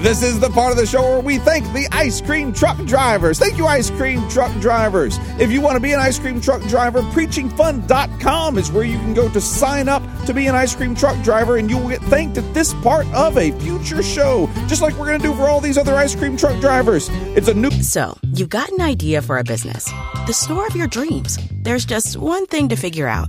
This is the part of the show where we thank the ice cream truck drivers. Thank you, ice cream truck drivers. If you want to be an ice cream truck driver, preachingfun.com is where you can go to sign up to be an ice cream truck driver, and you will get thanked at this part of a future show, just like we're going to do for all these other ice cream truck drivers. It's a new. So, you've got an idea for a business, the store of your dreams. There's just one thing to figure out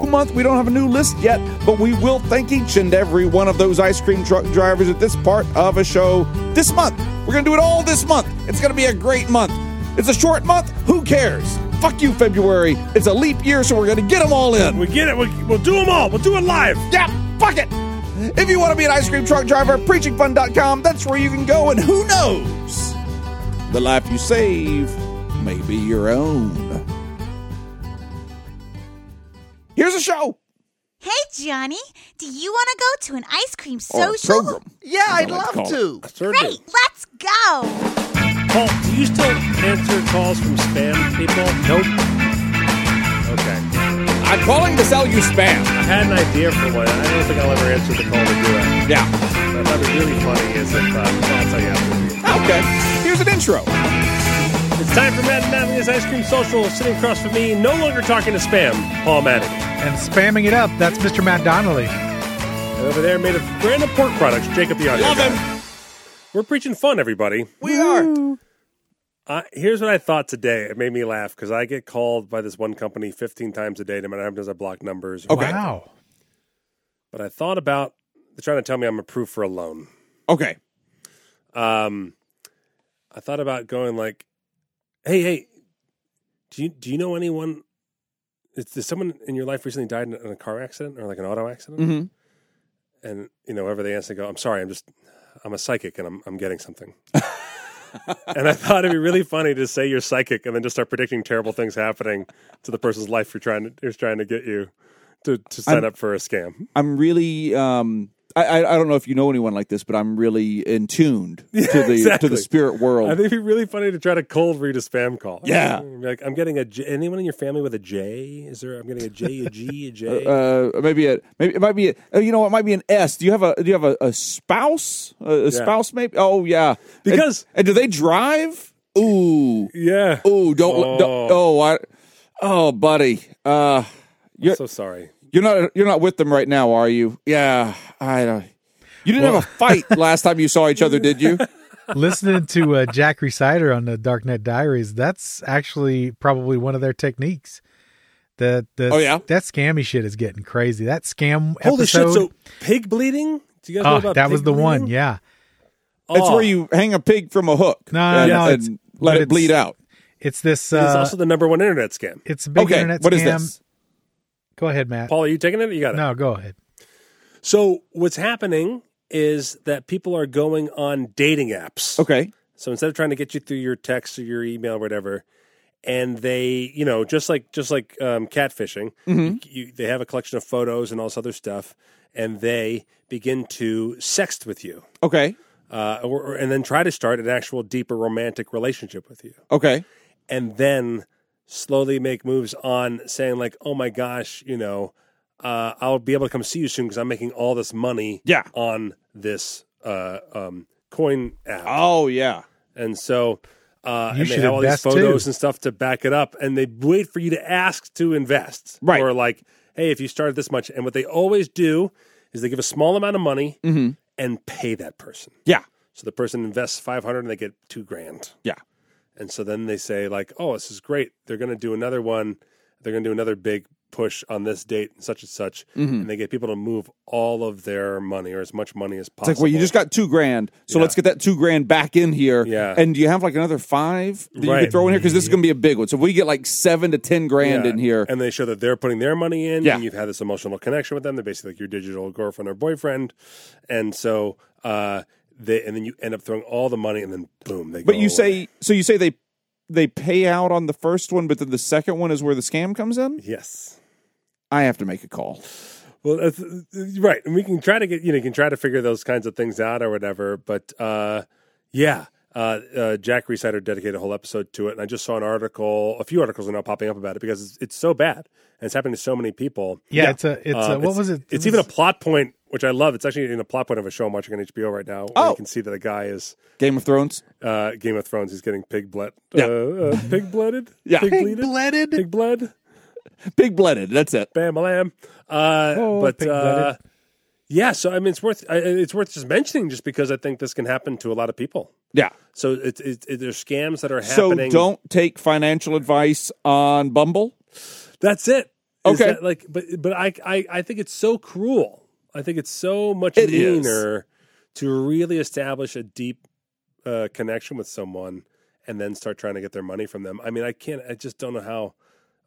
month. We don't have a new list yet, but we will thank each and every one of those ice cream truck drivers at this part of a show this month. We're going to do it all this month. It's going to be a great month. It's a short month. Who cares? Fuck you, February. It's a leap year, so we're going to get them all in. We get it. We, we'll do them all. We'll do it live. Yeah, fuck it. If you want to be an ice cream truck driver, preachingfun.com, that's where you can go, and who knows? The life you save may be your own. Here's a show. Hey, Johnny, do you want to go to an ice cream Or Oh, a social? program. Yeah, I'd what it's love called. to. Great, let's go. Paul, do you still answer calls from spam people? Nope. Okay. I'm calling to sell you spam. I had an idea for one. I don't think I'll ever answer the call to do it. Yeah. But that'd be really funny is if, uh, I'll tell you after. Okay. Here's an intro. It's time for Matt and Natalie's Ice Cream Social. Sitting across from me, no longer talking to spam, Paul Maddox. And spamming it up, that's Mr. Matt Donnelly. And over there, made of brand of pork products, Jacob the Audio. Love Guy. him. We're preaching fun, everybody. We are. Uh, here's what I thought today. It made me laugh because I get called by this one company 15 times a day, no matter how many times I block numbers. Okay. Wow. But I thought about they're trying to tell me I'm approved for a loan. Okay. Um, I thought about going like, "Hey, hey, do you do you know anyone? Is, did someone in your life recently died in, in a car accident or like an auto accident?" Mhm. And you know, wherever they answer, they go, "I'm sorry, I'm just I'm a psychic and I'm I'm getting something." and I thought it'd be really funny to say you're psychic and then just start predicting terrible things happening to the person's life you're trying to who's trying to get you to to sign up for a scam. I'm really. Um, I, I I don't know if you know anyone like this, but I'm really in tuned to the to exactly. the spirit I world. think it'd be really funny to try to cold read a spam call. Yeah. Be Like, I'm getting a J. Anyone in your family with a J? Is there, I'm getting a J, a G, a J? Uh, maybe it maybe it might be a, oh, you know what it might be an S. Do you have a do you have a, a spouse a, a spouse maybe? Oh yeah, And- Because- and, do they drive? Ooh yeah. ooh don't oh, don't, oh I oh buddy uh I'm so sorry. you're not you're not with them right now are you? Yeah I don't. You didn't have a fight last time you saw each other, did you? Listening to uh, Jack Reciter on the Darknet Diaries, that's actually probably one of their techniques. That the, Oh, yeah? that scammy shit is getting crazy. That scam Holy shit. episode, So, pig bleeding? Do you guys know oh, about that pig was the one. bleeding? Yeah, That's Oh. where you hang a pig from a hook. no, no, And- no, it's and- But Let it it's- bleed out. It's this. it's Uh, also the number one internet scam. it's a big Okay, internet what is scam. this? Go ahead, Matt. Paul, are you taking it? You got it. no, go ahead. So what's happening is that people are going on dating apps. Okay. So instead of trying to get you through your text or your email or whatever, and they, you know, just like just like um, catfishing, you, you, they have a collection of photos and all this other stuff, and they begin to sext with you, Okay. uh, or, or- and then try to start an actual deeper romantic relationship with you, Okay. and then slowly make moves on saying like, oh my gosh, you know, uh, I'll be able to come see you soon because I'm making all this money, Yeah. on this uh, um, coin app. Oh yeah. And so uh, and You they should have all these invest, photos too. and stuff to back it up, and they wait for you to ask to invest, Right. Or like, hey, if you started this much, and what they always do is they give a small amount of money Mm-hmm. and pay that person. Yeah. So the person invests five hundred and they get two grand, Yeah. and so then they say like, oh, this is great. They're going to do another one. They're going to do another big push on this date and such and such, Mm-hmm. and they get people to move all of their money or as much money as It's possible. like, well, you just got two grand, so Yeah. let's get that two grand back in here. Yeah. And do you have like another five that you Right. could throw in here? Because this is going to be a big one. So if we get like seven to ten grand Yeah, in here. And they show that they're putting their money in, Yeah. and you've had this emotional connection with them. They're basically like your digital girlfriend or boyfriend, and so uh, they and then you end up throwing all the money, and then boom, they. but go you away. say, so you say they they pay out on the first one, but then the second one is where the scam comes in? yes. I have to make a call. Well, that's, uh, right, and we can try to get you know you can try to figure those kinds of things out or whatever. But uh, yeah, uh, uh, Jack Reciter dedicated a whole episode to it, and I just saw an article, a few articles are now popping up about it because it's, it's so bad and it's happening to so many people. Yeah, it's a. It's Um, a, what was it? It's It even a was- plot point, which I love. It's actually in a plot point of a show I'm watching on HBO right now. Where Oh. you can see that a guy is Game of Thrones. uh, Game of Thrones. He's getting pig bled, Yeah. uh, uh, pig blooded, Yeah. pig bleeded, Pig-blooded? pig blood, Big blooded. That's it. bam, a lamb. Uh, Oh, but uh, pig-blooded. yeah, so I mean, it's worth I- I- it's worth just mentioning, just because I think this can happen to a lot of people. Yeah. So it's it's it, there's scams that are So happening. don't take financial advice on Bumble. That's it. Is Okay. that, like, but but I, I I think it's so cruel. I think it's so much It is. meaner to really establish a deep uh, connection with someone and then start trying to get their money from them. I mean, I can't. I just don't know how.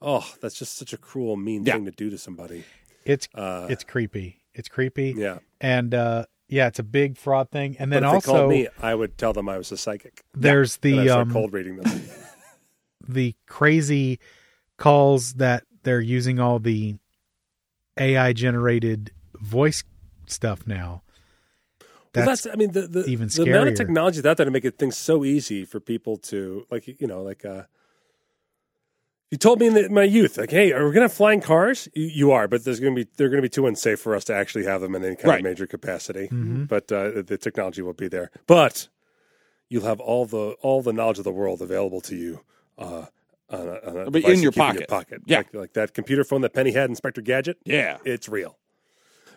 Oh, that's just such a cruel, mean Yeah. thing to do to somebody. It's Uh, it's creepy. It's creepy. yeah. And uh, yeah, it's a big fraud thing. And then but if they also called me, I would tell them I was a psychic. there's and I the start um, cold reading them. the crazy calls that they're using all the AI generated voice stuff now. Well, that's, I mean, the, the, even the amount of scarier. technology that's out there to make it things so easy for people to, like, you know, like, uh, you told me in the, my youth, like, hey, are we going to have flying cars? You, you are, but there's going to be, they're going to be too unsafe for us to actually have them in any kind Right. of major capacity. But uh, the technology will be there. But you'll have all the, all the knowledge of the world available to you. Uh, on a, on a be device in you your keep pocket. your pocket. Yeah. Like, like that computer phone that Penny had, Inspector Gadget. Yeah. It's real.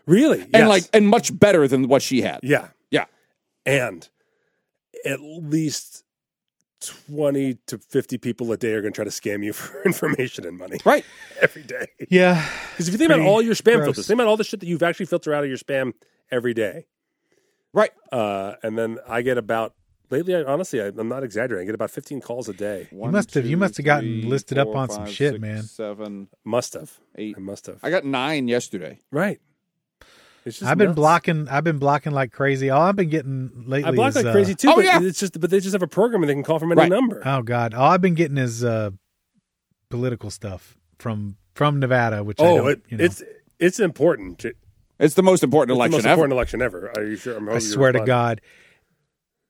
Really? And Yes. like and much better than what she had. yeah Yeah. and at least 20 to 50 people a day are going to try to scam you for information and money Right. every day. Yeah. Because if you think about Pretty all your spam gross. filters, think about all the shit that you've actually filtered out of your spam every day. Right. Uh, and then I get about, lately, I, honestly, I, I'm not exaggerating, I get about 15 calls a day. One, must have- you must have gotten listed up on some shit, man. Seven, Must have. eight. I must have. I got nine yesterday. right. It's just I've been nuts. blocking I've been blocking like crazy. All I've been getting lately I block is like uh, crazy too. Oh, but yeah. It's just, but they just have a program and they can call from any Right. number. Oh god. All I've been getting is uh political stuff from from Nevada, which I oh, don't, it, you know, it's it's important. to- It's the most important It's election the most ever. important election ever. Are you sure? I'm I hoping you swear to respond. God,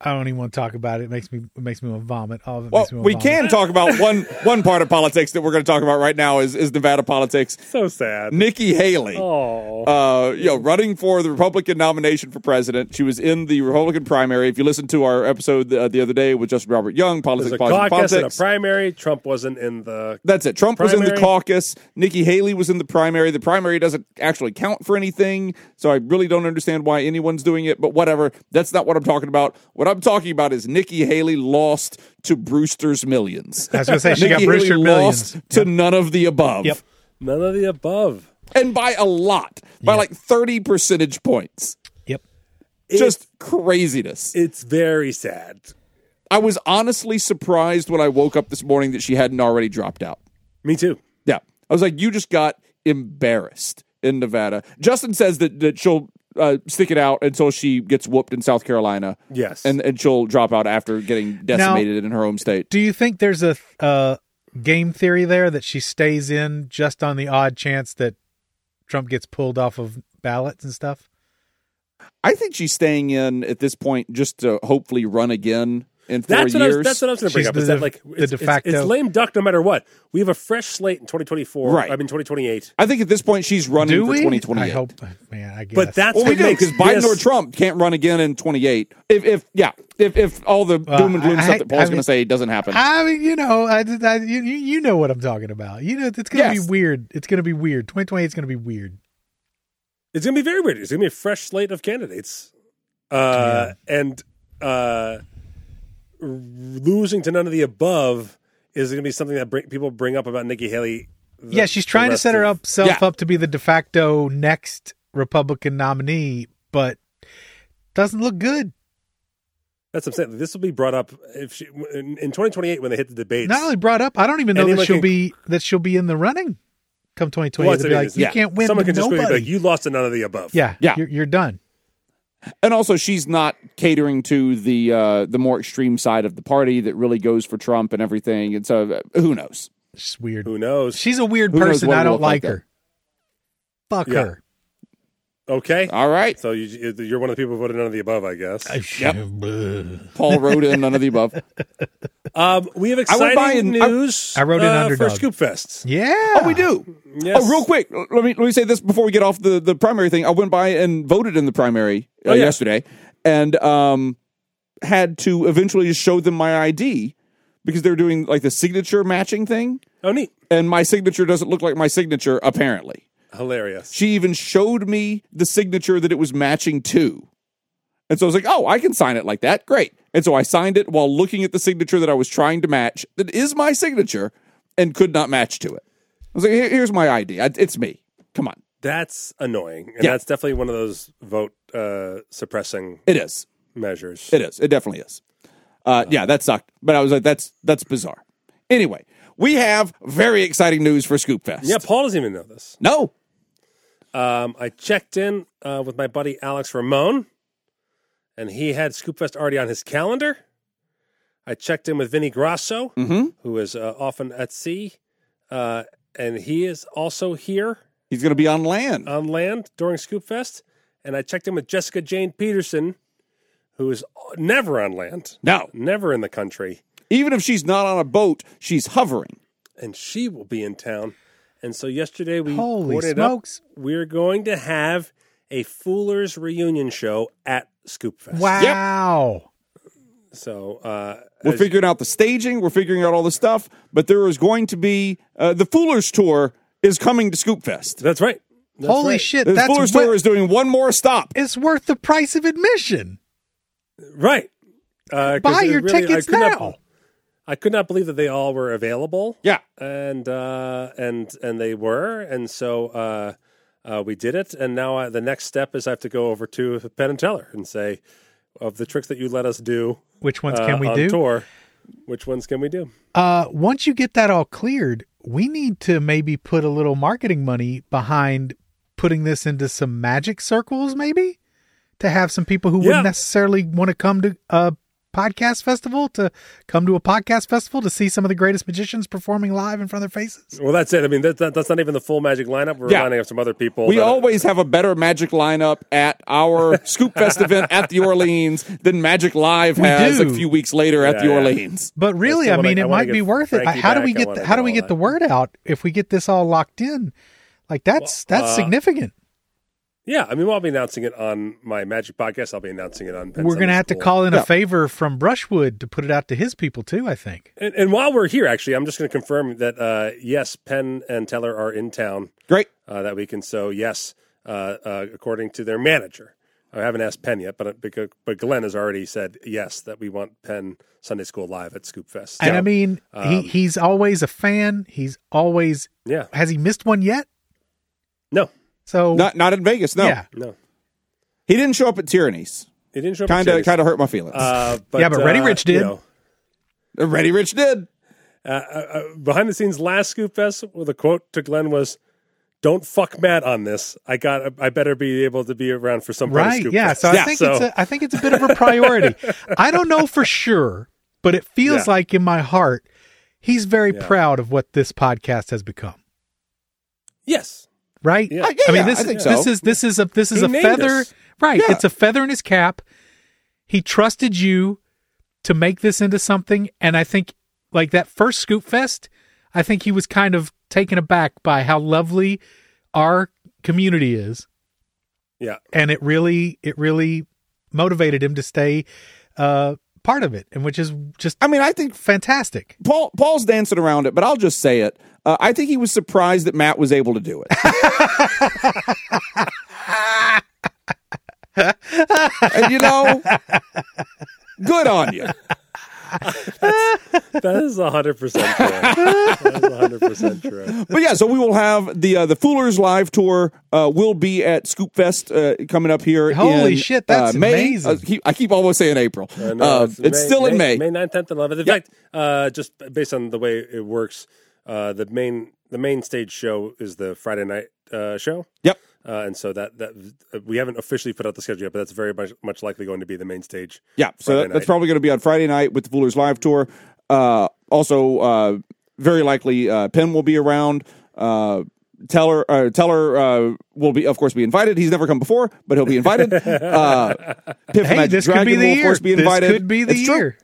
I don't even want to talk about it. It makes me it makes me want to vomit. All of it Well, makes me want we to vomit. can talk about one one part of politics that we're going to talk about right now is is Nevada politics. So sad. Nikki Haley, Oh, uh, you know, running for the Republican nomination for president. She was in the Republican primary. If you listen to our episode uh, the other day with Justin Robert Young, politics, there's a politics, caucus and a politics. primary. Trump wasn't in the. That's it. Trump was in the Primary. caucus. Nikki Haley was in the primary. The primary doesn't actually count for anything, so I really don't understand why anyone's doing it, but whatever. That's not what I'm talking about. What I'm talking about is Nikki Haley lost to Brewster's Millions. I was gonna say she got Nikki Brewster Haley Millions. lost to none of the above. Yep. None of the above. And by a lot, by like 30 percentage points. Yep. Just craziness. It's very sad. I was honestly surprised when I woke up this morning that she hadn't already dropped out. Me too. Yeah. I was like, you just got embarrassed in Nevada. Justin says that, that she'll uh, stick it out until she gets whooped in South Carolina. Yes. And, and she'll drop out after getting decimated in her home state. Do you think there's a uh, game theory there that she stays in just on the odd chance that Trump gets pulled off of ballots and stuff? I think she's staying in at this point just to hopefully run again in four That's what, I years. was, that's what I was going to bring She's up. the is that de- like the it's, de it's- it's facto- lame duck no matter what. We have a fresh slate in 2024. Right. I mean 2028. I think at this point she's running Do for we? 2028. I hope, uh, man. I guess. But that's Well, we what do makes because Biden this- or Trump can't run again in 28. If, if yeah, if, if all the Well, doom and gloom I- stuff that Paul's I going to mean- say doesn't happen. I mean, you know, I, I you, you you know what I'm talking about. You know, it's gonna Yes. be weird. It's gonna be weird. 2028 is gonna be weird. It's going to be very weird. It's going to be a fresh slate of candidates. Uh, And uh, losing to none of the above is going to be something that bring, people bring up about Nikki Haley. the- yeah, she's the trying to rest set her of- up self Yeah. up to be the de facto next Republican nominee, but doesn't look good. That's what I'm saying. This will be brought up if she, in, in 2028 when they hit the debates. Not only brought up, I don't even know Anyone that she'll can- be that she'll be in the running come 2028. Well, They'll that's be what it like, is. you Yeah. can't win. Someone to can just be nobody." like, "You lost to none of the above." yeah, Yeah. you're, you're done. and also she's not catering to the uh, the more extreme side of the party that really goes for Trump and everything. And so uh, who knows? She's weird. Who knows? She's a weird Who knows person. what I it'll don't look like like then. her. Fuck Yeah. her. okay. All right, So you, you're one of the people who voted none of the above, I guess. Paul wrote in none of the above. Um, we have I went exciting by and- I- news. I wrote in uh, underdog. for Scoop Fest. Yeah. Oh, we do. Yes. Oh, real quick, l- let me let me say this before we get off the the primary thing. I went by and voted in the primary uh, Oh, yeah. yesterday, and um, had to eventually just show them my ID because they're doing like the signature matching thing, Oh, neat. and my signature doesn't look like my signature. Apparently, Hilarious. she even showed me the signature that it was matching to. And so I was like, oh, I can sign it like that. Great. And so I signed it while looking at the signature that I was trying to match, that is my signature, and could not match to it. I was like, "Here- here's my ID. I- It's me. Come on. That's annoying, and Yeah. that's definitely one of those vote uh, suppressing It is. measures. It is. It definitely is. Uh, yeah, that sucked. But I was like, that's that's bizarre. Anyway, we have very exciting news for Scoop Fest. yeah, Paul doesn't even know this. No. Um, I checked in uh, with my buddy Alex Ramon, and he had Scoopfest already on his calendar. I checked in with Vinny Grasso, Mm-hmm. who is uh, often at sea, uh, and he is also here He's going to be on land. on land during Scoopfest. And I checked in with Jessica Jane Peterson, who is never on land, no. never in the country, Even if she's not on a boat, she's hovering. and she will be in town. And so yesterday we Holy coordinated up. smokes. We're going to have a Fooler's reunion show at Scoopfest. Wow. So uh, We're as- figuring out the staging. We're figuring out all the stuff. But there is going to be uh, the Foolers Tour is coming to Scoop Fest. that's right. That's Holy right. shit. The That's Foolers what- Tour is doing one more stop. it's worth the price of admission. Right. Uh, 'cause Buy it your really- tickets I could now. not- I could not believe that they all were available. Yeah. and uh, and and they were, and so uh, uh, we did it. And now I, the next step is I have to go over to Penn and Teller and say, of the tricks that you let us do, Which ones uh, can we on do? Tour, which ones can we do? Uh, once you get that all cleared, we need to maybe put a little marketing money behind putting this into some magic circles, maybe to have some people who Yeah. wouldn't necessarily want to come to a podcast festival to come to a podcast festival to see some of the greatest magicians performing live in front of their faces. Well, that's it. I mean, that, that, that's not even the full magic lineup. We're Yeah. lining up some other people. We that- always have a better Magic lineup at our Scoop Fest event at the Orleans than Magic Live We has a do. few weeks later at Yeah, the yeah. Orleans. But really, I wanna- mean, I it wanna might get be worth it. Frankie How do back. I we get wanna the, how do do we all get that. the word out if we get this all locked in? Like that's that's uh, significant. Yeah, I mean, I'll be announcing it on my Magic podcast. I'll be announcing it on. Penn We're going gonna have to call in Yeah. a favor from Brushwood to put it out to his people too. I think. And, and while we're here, actually, I'm just going to confirm that uh, yes, Penn and Teller are in town Great. uh, that week, and so yes, uh, uh, according to their manager, I haven't asked Penn yet, but uh, because, but Glenn has already said yes that we want Penn Sunday School live at Scoop Fest. And I mean, um, he, he's always a fan. He's always yeah, has he missed one yet? no, So Not not in Vegas. No, yeah, no, he didn't show up at Tyranny's. it didn't show up. at Kind of Chili's. kind of hurt my feelings. Uh, Yeah, but Ready uh, Rich did. you know, Ready Rich did. Uh, uh, uh, behind the scenes last Scoop Fest, well, the quote to Glenn was, "Don't fuck Matt on this. I got. I better be able to be around for some part of Right. Scoop Yeah. Fest." So I think it's a, I think it's a bit of a priority. I don't know for sure, but it feels Yeah. like in my heart he's very Yeah. proud of what this podcast has become. yes, Right? Yeah. Uh, yeah, I mean yeah, this I think is so. this is this is a this is He a named feather us. right. Yeah. It's a feather in his cap. He trusted you to make this into something and I think like that first Scoop Fest, I think he was kind of taken aback by how lovely our community is yeah, and it really it really motivated him to stay uh part of it and which is just I mean, I think fantastic Paul Paul's dancing around it, but I'll just say it. Uh, I think he was surprised that Matt was able to do it. and you know, good on you. that is hundred percent true. That is hundred percent true. But yeah, so we will have the uh, the Foolers live tour. Uh, will be at Scoop Fest uh, coming up here. Holy in, shit, that's uh, May. amazing. Uh, keep- I keep almost saying April. I know, Uh, it's still in May. May 9th, 10th, and 11th. In fact, uh, just based on the way it works, uh, the main the main stage show is the Friday night uh, show. Yep. Uh, and so that that uh, we haven't officially put out the schedule yet, but that's very much much likely going to be the main stage. Yeah, so Friday that, that's night. probably going to be on Friday night with the Foolers Live Tour. Uh, also, uh, very likely uh, Penn will be around. Uh, Teller, uh, Teller uh, will be, of course, be invited. He's never come before, but he'll be invited. uh, Piff hey Magic this Dragon could be the will, of year course, be invited. this could be the It's true. year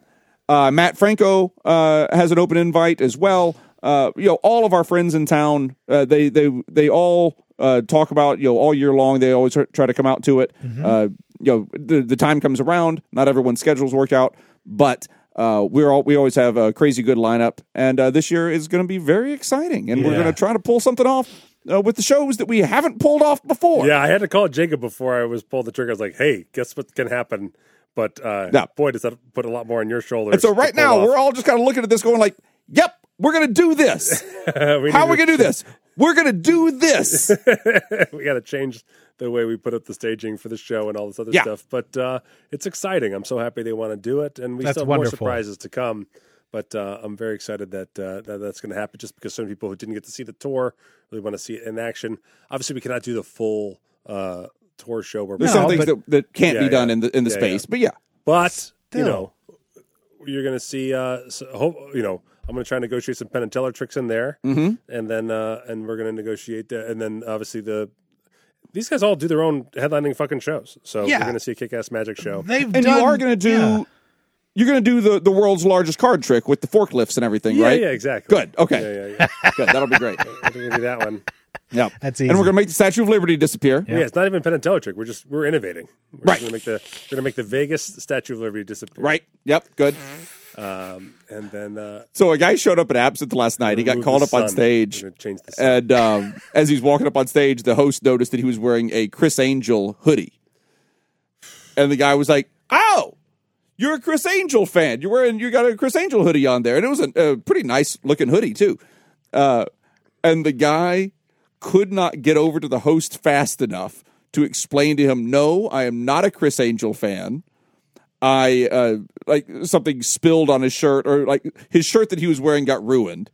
Uh, Matt Franco uh, has an open invite as well. Uh, you know, all of our friends in town, uh, they they they all uh, talk about you know all year long. They always tr- try to come out to it. Mm-hmm. Uh, you know, the, the time comes around. Not everyone's schedules work out, but uh, we're all we always have a crazy good lineup, and uh, this year is going to be very exciting. And we're Yeah. going to try to pull something off uh, with the shows that we haven't pulled off before. Yeah, I had to call Jacob before I was pulled the trigger. I was like, "Hey, guess what can happen?" But uh, Yeah. boy, does that put a lot more on your shoulders. And so to right pull now off. we're all just kind of looking at this, going like, "Yep, we're going to do this." we How are need we going to do this? We're going to do this. we got to change the way we put up the staging for the show and all this other Yeah. stuff. But uh, it's exciting. I'm so happy they want to do it, and we That's still have wonderful. more surprises to come. But uh, I'm very excited that, uh, that that's going to happen. Just because some people who didn't get to see the tour really want to see it in action. Obviously, we cannot do the full uh, tour show. Where There's No, some things but- that, that can't Yeah, be done yeah. in the in the Yeah, space, yeah. but yeah, But Still. you know, you're going to see. Uh, so, ho- you know, I'm going to try and negotiate some Penn and Teller tricks in there, mm-hmm. and then uh, and we're going to negotiate that. And then obviously the these guys all do their own headlining fucking shows, so Yeah. we're going to see a kick-ass magic show. They've and done- you are going to do yeah. you're going to do the the world's largest card trick with the forklifts and everything, yeah, right? yeah, exactly. Good. Okay. Yeah, yeah, yeah. Good. That'll be great. I think we're gonna do that one. Yeah, That's And easy. we're going to make the Statue of Liberty disappear. Yeah. it's not even Penn and Teller trick. We're just we're innovating. We're just Right. Gonna make the, we're gonna make the Vegas Statue of Liberty disappear. Right. Yep. Good. Um, and then uh, So a guy showed up at Absinthe last night. He got remove called the up on sun. stage. We're gonna change the sun. And um, as he's walking up on stage, the host noticed that he was wearing a Chris Angel hoodie. And the guy was like, Oh, you're a Chris Angel fan. You're wearing, you got a Chris Angel hoodie on there. And it was a, a pretty nice looking hoodie, too. Uh, and the guy could not get over to the host fast enough to explain to him, No, I am not a Chris Angel fan. I uh, like something spilled on his shirt, or like his shirt that he was wearing got ruined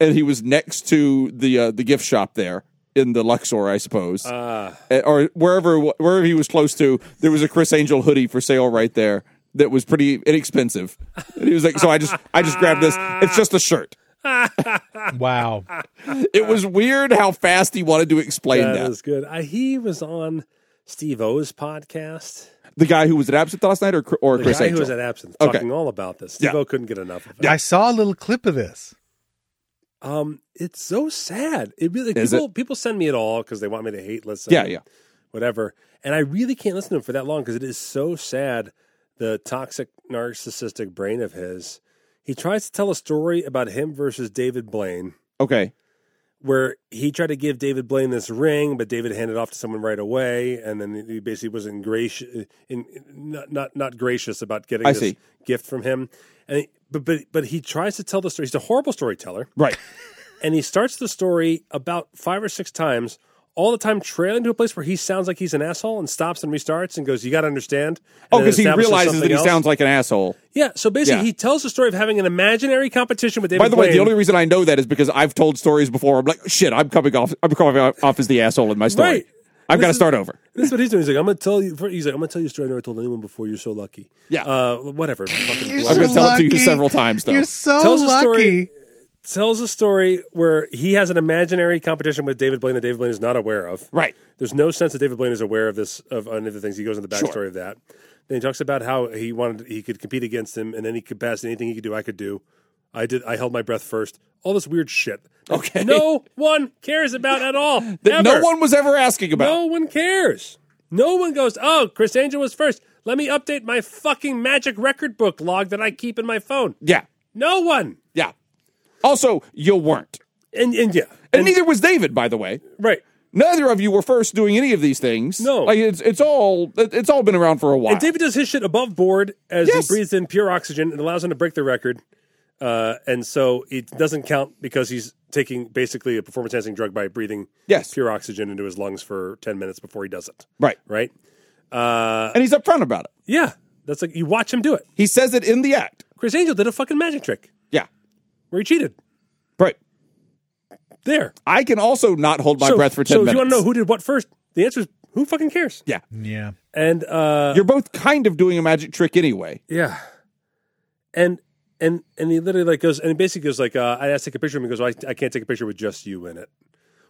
and he was next to the uh, the gift shop there in the Luxor, I suppose, Uh, or wherever wherever he was close to. There was a Chris Angel hoodie for sale right there that was pretty inexpensive. And he was like, "So I just I just grabbed this. It's just a shirt." wow It was weird how fast he wanted to explain that. That is good. Uh, he was on Steve O's podcast. The guy who was at Absinthe last night, or Cr- or The Chris guy Angel. who was at Absinthe Okay. talking all about this. Steve Yeah. O couldn't get enough of it. i saw a little clip of this Um, it's so sad. It really Is people people send me it all because they want me to hate listen. Yeah, yeah. whatever. And I really can't listen to him for that long because it is so sad. The toxic narcissistic brain of his. He tries to tell a story about him versus David Blaine. okay, where he tried to give David Blaine this ring, but David handed it off to someone right away, and then he basically wasn't gracious, in, not, not not gracious about getting I this see. gift from him. And he, but but but he tries to tell the story. He's a horrible storyteller, right. and he starts the story about five or six times, all the time trailing to a place where he sounds like he's an asshole and stops and restarts and goes, "You got to understand." and Oh, then because he establishes realizes that something he else. sounds like an asshole. Yeah, so basically, Yeah. he tells the story of having an imaginary competition with David. By the way, the Blaine. only reason I know that is because I've told stories before. I'm like, shit, I'm coming off. I'm coming off as the asshole in my story. Right. I've This got to is- start over. This is what he's doing. He's like, I'm gonna tell you. He's like, I'm gonna tell you a story I never told anyone before. You're so lucky. Yeah. Uh, whatever. Fucking You're I'm blah. gonna so tell it to you lucky. several times, though. You're so Tell us a lucky. story. tells a story where he has an imaginary competition with David Blaine that David Blaine is not aware of. Right. There's no sense that David Blaine is aware of this of any of the things. He goes into the backstory of that. Then he talks about how he wanted he could compete against him in any capacity, anything he could do, I could do. I did. I held my breath first. All this weird shit. that Okay. No one cares about at all. That no ever. one was ever asking about. No one cares. No one goes, oh, Chris Angel was first. Let me update my fucking magic record book log that I keep in my phone. Yeah, No one. yeah. Also, you weren't, And, and yeah. and, neither was David. By the way, Right. neither of you were first doing any of these things. No. like it's it's all it- it's all been around for a while. And David does his shit above board as Yes. he breathes in pure oxygen and allows him to break the record. Uh, and so it doesn't count because he's taking basically a performance enhancing drug by breathing Yes. pure oxygen into his lungs for 10 minutes before he does it. right, Right? Uh, and he's upfront about it. yeah. That's like you watch him do it. He says it in the act. Chris Angel did a fucking magic trick Yeah, where he cheated. right. There. I can also not hold my so, breath for ten so minutes. if you want to know who did what first, the answer is who fucking cares? Yeah, Yeah. And uh, you're both kind of doing a magic trick anyway. yeah, and and and he literally like goes and he basically goes like uh, I asked to take a picture of him. He goes, well, I, I can't take a picture with just you in it,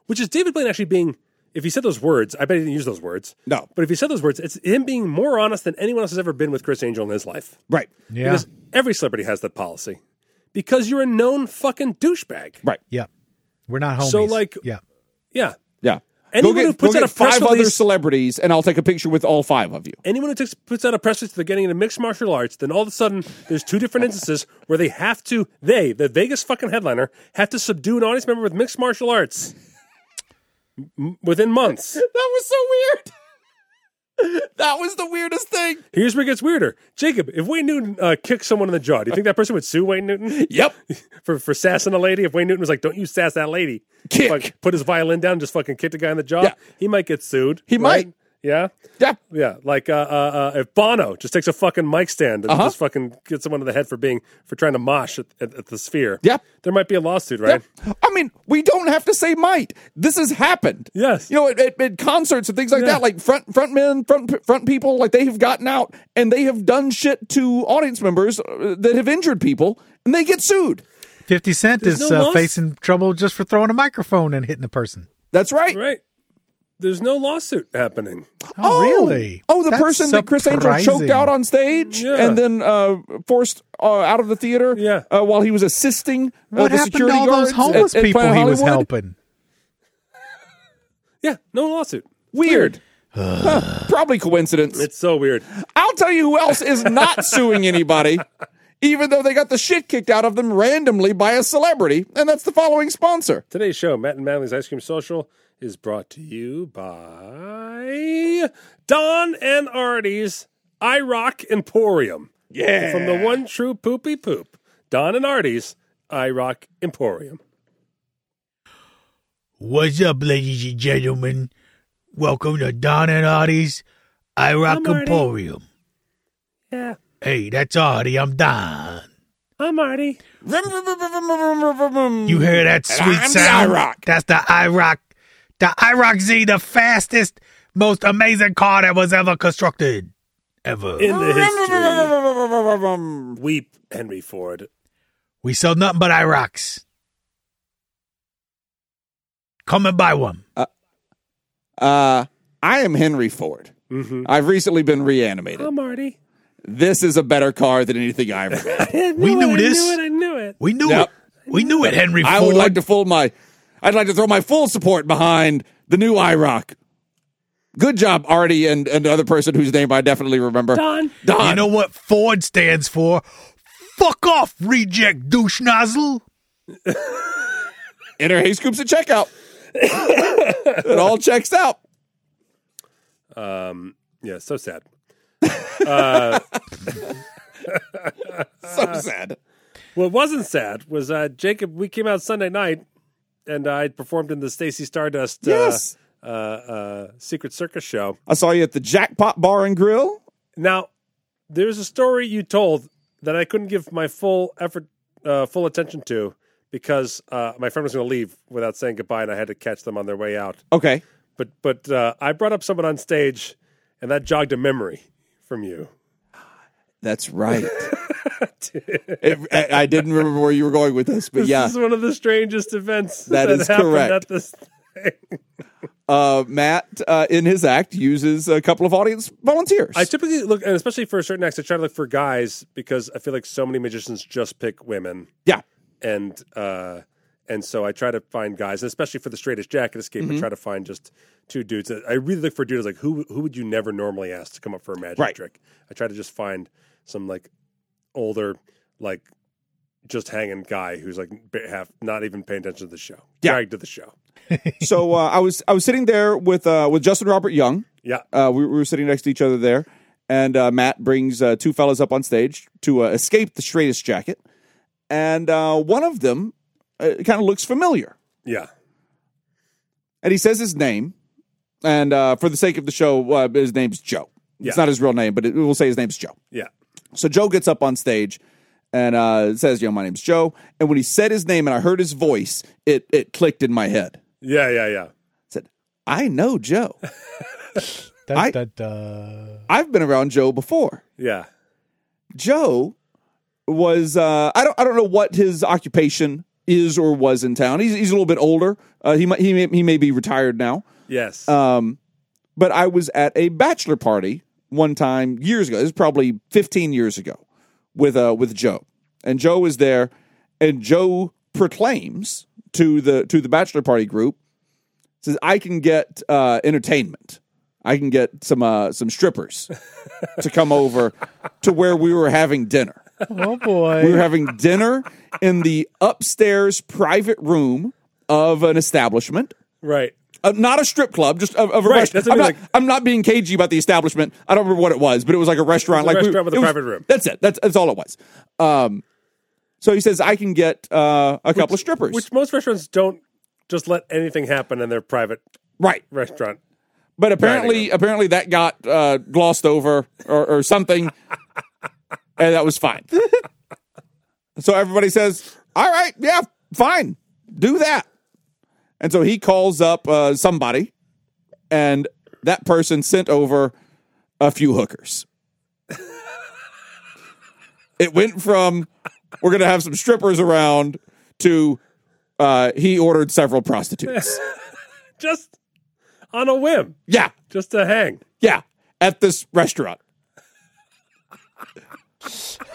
which is David Blaine actually being. If he said those words, I bet he didn't use those words. No. but if he said those words, it's him being more honest than anyone else has ever been with Chris Angel in his life. Right, Yeah. Because every celebrity has that policy, because you're a known fucking douchebag. right. yeah. We're not homies. So, like- yeah. Yeah. Yeah. Anyone go get, who puts go out get a press five other release- celebrities, and I'll take a picture with all five of you. anyone who takes, puts out a press release that they're getting into mixed martial arts, then all of a sudden there's two different instances where they have to, they, the Vegas fucking headliner, have to subdue an audience member with mixed martial arts M- within months. That was so weird. that was the weirdest thing. Here's where it gets weirder. Jacob, if Wayne Newton uh, kicked someone in the jaw, do you think that person would sue Wayne Newton Yep. for, for sassing a lady? If Wayne Newton was like, don't you sass that lady, Kick. Fuck, put his violin down, just fucking kick the guy in the jaw, Yeah. he might get sued. He right? might. Yeah. Yeah. Yeah, like uh, uh, uh, if Bono just takes a fucking mic stand and Uh-huh. just fucking gets someone in the head for being for trying to mosh at, at, at the Sphere. Yeah. there might be a lawsuit, Yeah. right? I mean, we don't have to say might. This has happened. Yes. You know, at, at, at concerts and things like Yeah. that, like front front men, front front people, like they have gotten out and they have done shit to audience members uh, that have injured people, and they get sued. 50 Cent There's is no uh, laws. facing trouble just for throwing a microphone and hitting a person. That's right. Right. There's no lawsuit happening. Oh, really? Oh, the That's person that Chris Angel choked surprising. out on uh, stage Yeah. and then uh, forced uh, out of the theater Yeah. uh, while he was assisting uh, What the happened to security all guards those homeless at- at people Planet he was Hollywood? helping? Yeah, no lawsuit. Weird. Huh, probably coincidence. It's so weird. I'll tell you who else is not suing anybody, even though they got the shit kicked out of them randomly by a celebrity, and that's the following sponsor. Today's show, Matt and Manly's Ice Cream Social, is brought to you by Don and Artie's iRock Emporium. Yeah. From the one true poopy poop, Don and Artie's iRock Emporium. What's up, ladies and gentlemen? Welcome to Don and Artie's I'm iRock Artie. Emporium. Yeah, Hey, that's Artie. I'm Don. I'm Artie. You hear that sweet I'm the sound? iRock. That's the iRock. The iRock Z, the fastest, most amazing car that was ever constructed. Ever. in the history. Weep, Henry Ford. we sell nothing but iRocks. Come and buy one. Uh, I am Henry Ford. Mm-hmm. I've recently been reanimated. I'm Marty. This is a better car than anything I ever made. We knew this. I knew it. We knew Yep. it. We knew it, Henry Ford. I would like to full my, I'd like to throw my full support behind the new IROC. Good job, Artie, and and the other person whose name I definitely remember. Don. Don. You know what Ford stands for? Fuck off, reject douche nozzle. enter Hay Scoops at checkout. it all checks out. Um, yeah, so sad. Uh, So sad. What wasn't sad was uh, Jacob. We came out Sunday night, and I performed in the Stacy Stardust. Yes. Uh, uh, uh, Secret Circus show. I saw you at the Jackpot Bar and Grill. Now, there's a story you told that I couldn't give my full effort, uh, full attention to because uh, my friend was going to leave without saying goodbye, and I had to catch them on their way out. Okay. But but uh, I brought up someone on stage, and that jogged a memory from you. That's right. It- I, I didn't remember where you were going with this, but This yeah. is one of the strangest events That is happened correct. At this, Uh, Matt, uh, in his act, uses a couple of audience volunteers. I typically look, and especially for certain acts, I try to look for guys because I feel like so many magicians just pick women, yeah. and uh, and so I try to find guys, and especially for the straightest jacket escape, Mm-hmm. I try to find just two dudes. I really look for dudes like who who would you never normally ask to come up for a magic Right. trick. I try to just find some like older, like just hanging guy who's like ba- half not even paying attention to the show, Yeah. dragged to the show. So uh, I was I was sitting there with uh, with Justin Robert Young. Yeah, Uh, we, we were sitting next to each other there, and uh, Matt brings uh, two fellas up on stage to uh, escape the straightest jacket, and uh, one of them uh, kind of looks familiar, yeah. and he says his name, and uh, for the sake of the show, uh, his name's Joe. It's Yeah. not his real name, but it, we'll say his name's Joe. Yeah. So Joe gets up on stage and uh, says, "Yo, my name's Joe." And when he said his name and I heard his voice, it it clicked in my head. I Yeah, yeah, yeah. said, "I know Joe. Dun, I- dun, dun. I've been around Joe before. Yeah. Joe was uh, I don't I don't know what his occupation is or was in town. He's he's a little bit older. Uh, he might he may, he may be retired now. Yes. Um, but I was at a bachelor party one time years ago. This is probably 15 years ago with uh with Joe. And Joe was there and Joe proclaims to the to the bachelor party group says I can get uh entertainment. I can get some uh some strippers to come over to where we were having dinner. Oh We boy. were having dinner in the upstairs private room of an establishment right. uh, not a strip club, just of, of a Right, restaurant. that's what I I'm, mean, not, like- I'm not being cagey about the establishment. I don't remember what it was, but it was like a restaurant, It was a like we- restaurant with a it was- private room. That's it. That's that's all it was. Um, so he says I can get uh, a couple of strippers, Which most restaurants don't just let anything happen in their private right? restaurant. But apparently, apparently that got uh, glossed over or, or something, and that was fine. so everybody says, "All right, yeah, fine, do that." And so he calls up uh, somebody, and that person sent over a few hookers. it went from we're going to have some strippers around to uh, he ordered several prostitutes. Just on a whim, yeah. just to hang. Yeah, at this restaurant.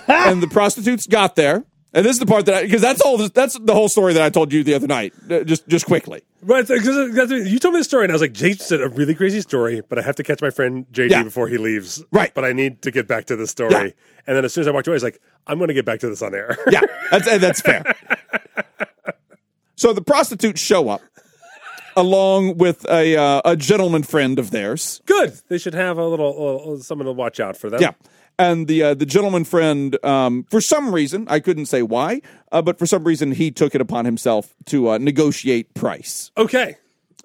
and the prostitutes got there, and this is the part that I because that's all that's the whole story that I told you the other night. uh, Just just quickly. Right. so- 'cause that's- You told me the story, and I was like, Jason said a really crazy story, but I have to catch my friend JD Yeah. before he leaves. Right. But I need to get back to this story. Yeah. And then as soon as I walked away, I was like, I'm going to get back to this on air. Yeah, that's and that's fair. So the prostitutes show up along with a uh, a gentleman friend of theirs. Good. They should have a little, little someone to watch out for them. Yeah. And the uh, the gentleman friend, um, for some reason, I couldn't say why, uh, but for some reason, he took it upon himself to uh, negotiate price Okay.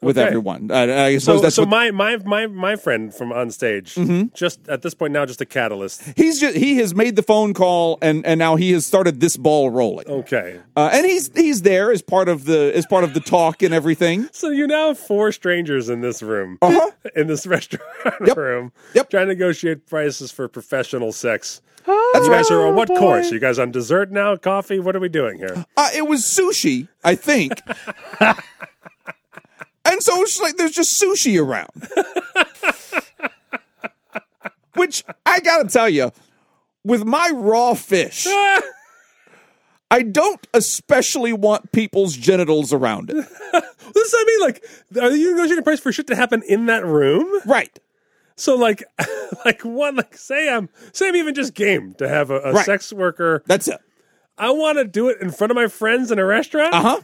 with Okay. everyone. I, I suppose So, that's so what Mm-hmm. my, my my my friend from on stage, just at this point now, just a catalyst. He's just he has made the phone call and and now he has started this ball rolling. Okay, Uh, and he's he's there as part of the as part of the talk and everything. So you now have four strangers in this room, in this restaurant Yep. room, Yep. trying to negotiate prices for professional sex. you guys are on what course? You guys on dessert now? Coffee? What are we doing here? Uh, it was sushi, I think. and so it's like there's just sushi around. Which I gotta tell you, with my raw fish, I don't especially want people's genitals around it. This I mean, like, are you negotiating price for shit to happen in that room? Right. So like, like one, like say I'm, say I'm even just game to have a, a Right. sex worker. That's it. I want to do it in front of my friends in a restaurant. Uh huh.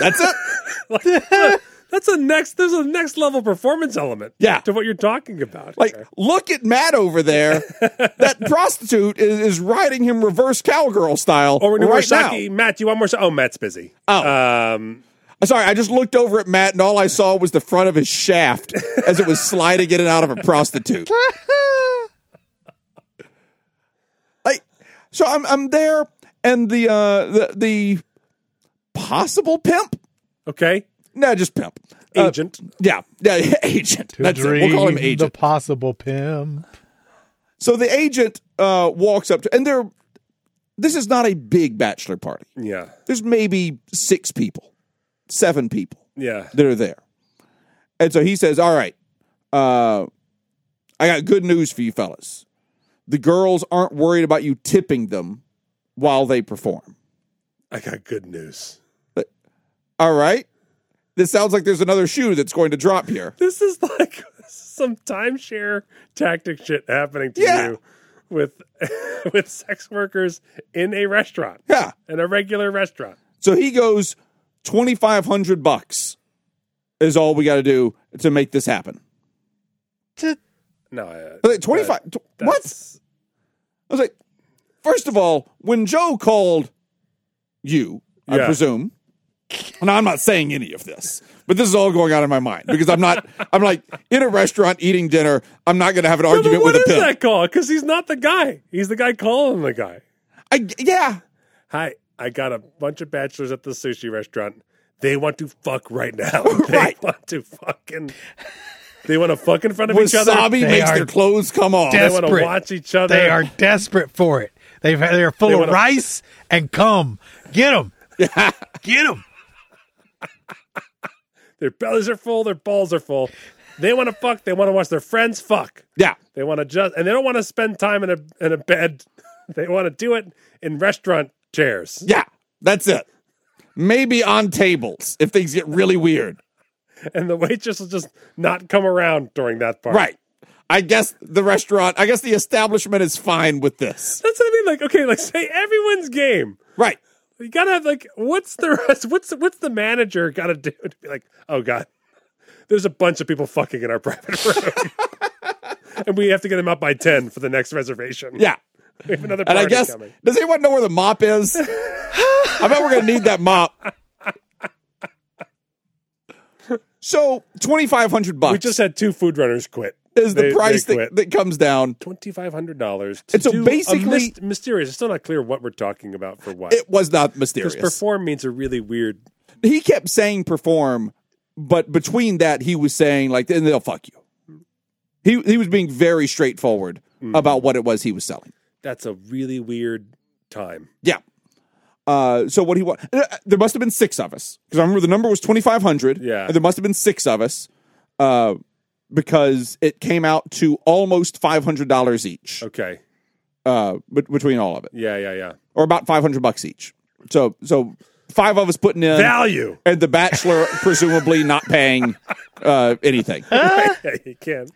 That's it. That's a next. There's a next level performance element. Yeah. to what you're talking about. Like, look at Matt over there. that prostitute is, is riding him reverse cowgirl style Or when you right Matt, do you want more? sa- Oh, Matt's busy. now. Oh, Um, I'm Sorry, I just looked over at Matt and all I saw was the front of his shaft as it was sliding in and out of a prostitute. like, so I'm I'm there, and the uh the the possible pimp? Okay. No, just pimp. Uh, Agent. yeah, yeah, agent. To That's it. dream We'll call him the agent. possible pimp. so the agent uh walks up to, and they're. This is not a big bachelor party. yeah. There's maybe six people, seven people. Yeah. that are there. And so he says, All right, uh, I got good news for you fellas. The girls aren't worried about you tipping them while they perform. I got good news. All right. This sounds like there's another shoe that's going to drop here. This is like some timeshare tactic shit happening to Yeah. you with with sex workers in a restaurant. Yeah. In a regular restaurant. So he goes, 2,500 bucks is all we got to do to make this happen. No, uh, I was like, 25. tw- what? that's- I was like, First of all, when Joe called you, I Yeah. presume. Now I'm not saying any of this, but this is all going on in my mind because I'm not. I'm like in a restaurant eating dinner. I'm not going to have an But argument what with a is pimp. that call? Because he's not the guy. He's the guy calling the guy. I, yeah, Hi, I got a bunch of bachelors at the sushi restaurant. They want to fuck right now. They Right. want to fucking. They want to fuck in front of each other. wasabi They makes are their clothes come off. They Des- want to desperate. watch each other. They are desperate for it. They've they're full They of wanna- rice and cum. Get them. Get them. Their bellies are full. Their balls are full. They want to fuck. They want to watch their friends fuck. Yeah, They want to just and they don't want to spend time in a in a bed. They want to do it in restaurant chairs. yeah, that's it. Maybe on tables if things get really weird. And the waitress will just not come around during that part. Right. I guess the restaurant. I guess the establishment is fine with this. That's what I mean. Like, okay, like say everyone's game. Right. You gotta have like, what's the rest? What's what's the manager gotta do to be like, oh god, there's a bunch of people fucking in our private room, and we have to get them out by ten for the next reservation. Yeah. we have another And party I guess coming. does anyone know where the mop is? I bet we're gonna need that mop. So twenty five hundred bucks We just had two food runners quit. is the They- price they that, quit. that comes down. twenty five hundred dollars. And so basically- mysterious. It's still not clear what we're talking about for what. It was not Because mysterious. perform means a really weird. he kept saying perform, but between that he was saying like then they'll fuck you. He he was being very straightforward Hmm. about what it was he was selling. That's a really weird time. Yeah. Uh, so what he wa- uh, There must have been six of us because I remember the number was twenty five hundred. Yeah. and there must have been six of us, uh, because it came out to almost five hundred dollars each, Okay. uh, bet- between all of it, Yeah. Yeah. Yeah. or about five hundred bucks each. So so five of us putting in, Value. and the bachelor presumably not paying uh, anything. Yeah, you can.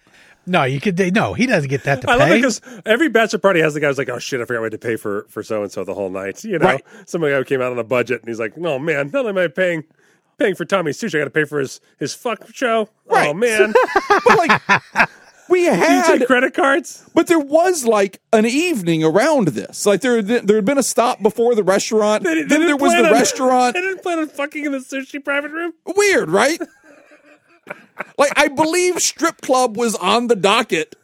No, you could. they- No, he doesn't get that to I love it pay. because every bachelor party has the guy who's like, oh shit, I forgot we had to pay for for so and so the whole night. You know, Right. some guy who came out on a budget and he's like, no man, not only am I paying paying for Tommy's sushi, I got to pay for his his fuck show. Oh Right. man, but like we you had take credit cards. But there was like an evening around this. Like there, there had been a stop before the restaurant. They didn't- they then there didn't was plan the on- restaurant. They didn't plan on fucking in the sushi private room. Weird, right? like I believe strip club was on the docket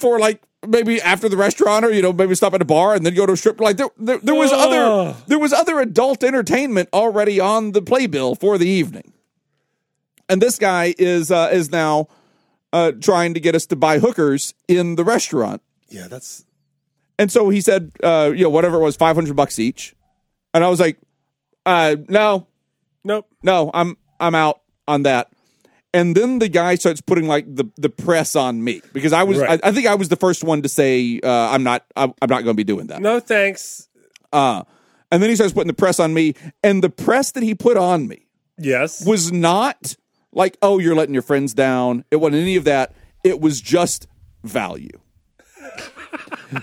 for like maybe after the restaurant or you know maybe stop at a bar and then go to a strip. Like there, there, there was Ugh. other there was other adult entertainment already on the playbill for the evening. And this guy is uh, is now uh, trying to get us to buy hookers in the restaurant. Yeah, that's And so he said, uh, you know, whatever it was, five hundred bucks each. And I was like, uh, no, nope. no, I'm I'm out on that. And then the guy starts putting like the, the press on me because I was Right. I, I think I was the first one to say uh, I'm not I'm, I'm not going to be doing that. No thanks. Uh, and then he starts putting the press on me, and the press that he put on me Yes. was not like oh you're letting your friends down. It wasn't any of that. It was just value.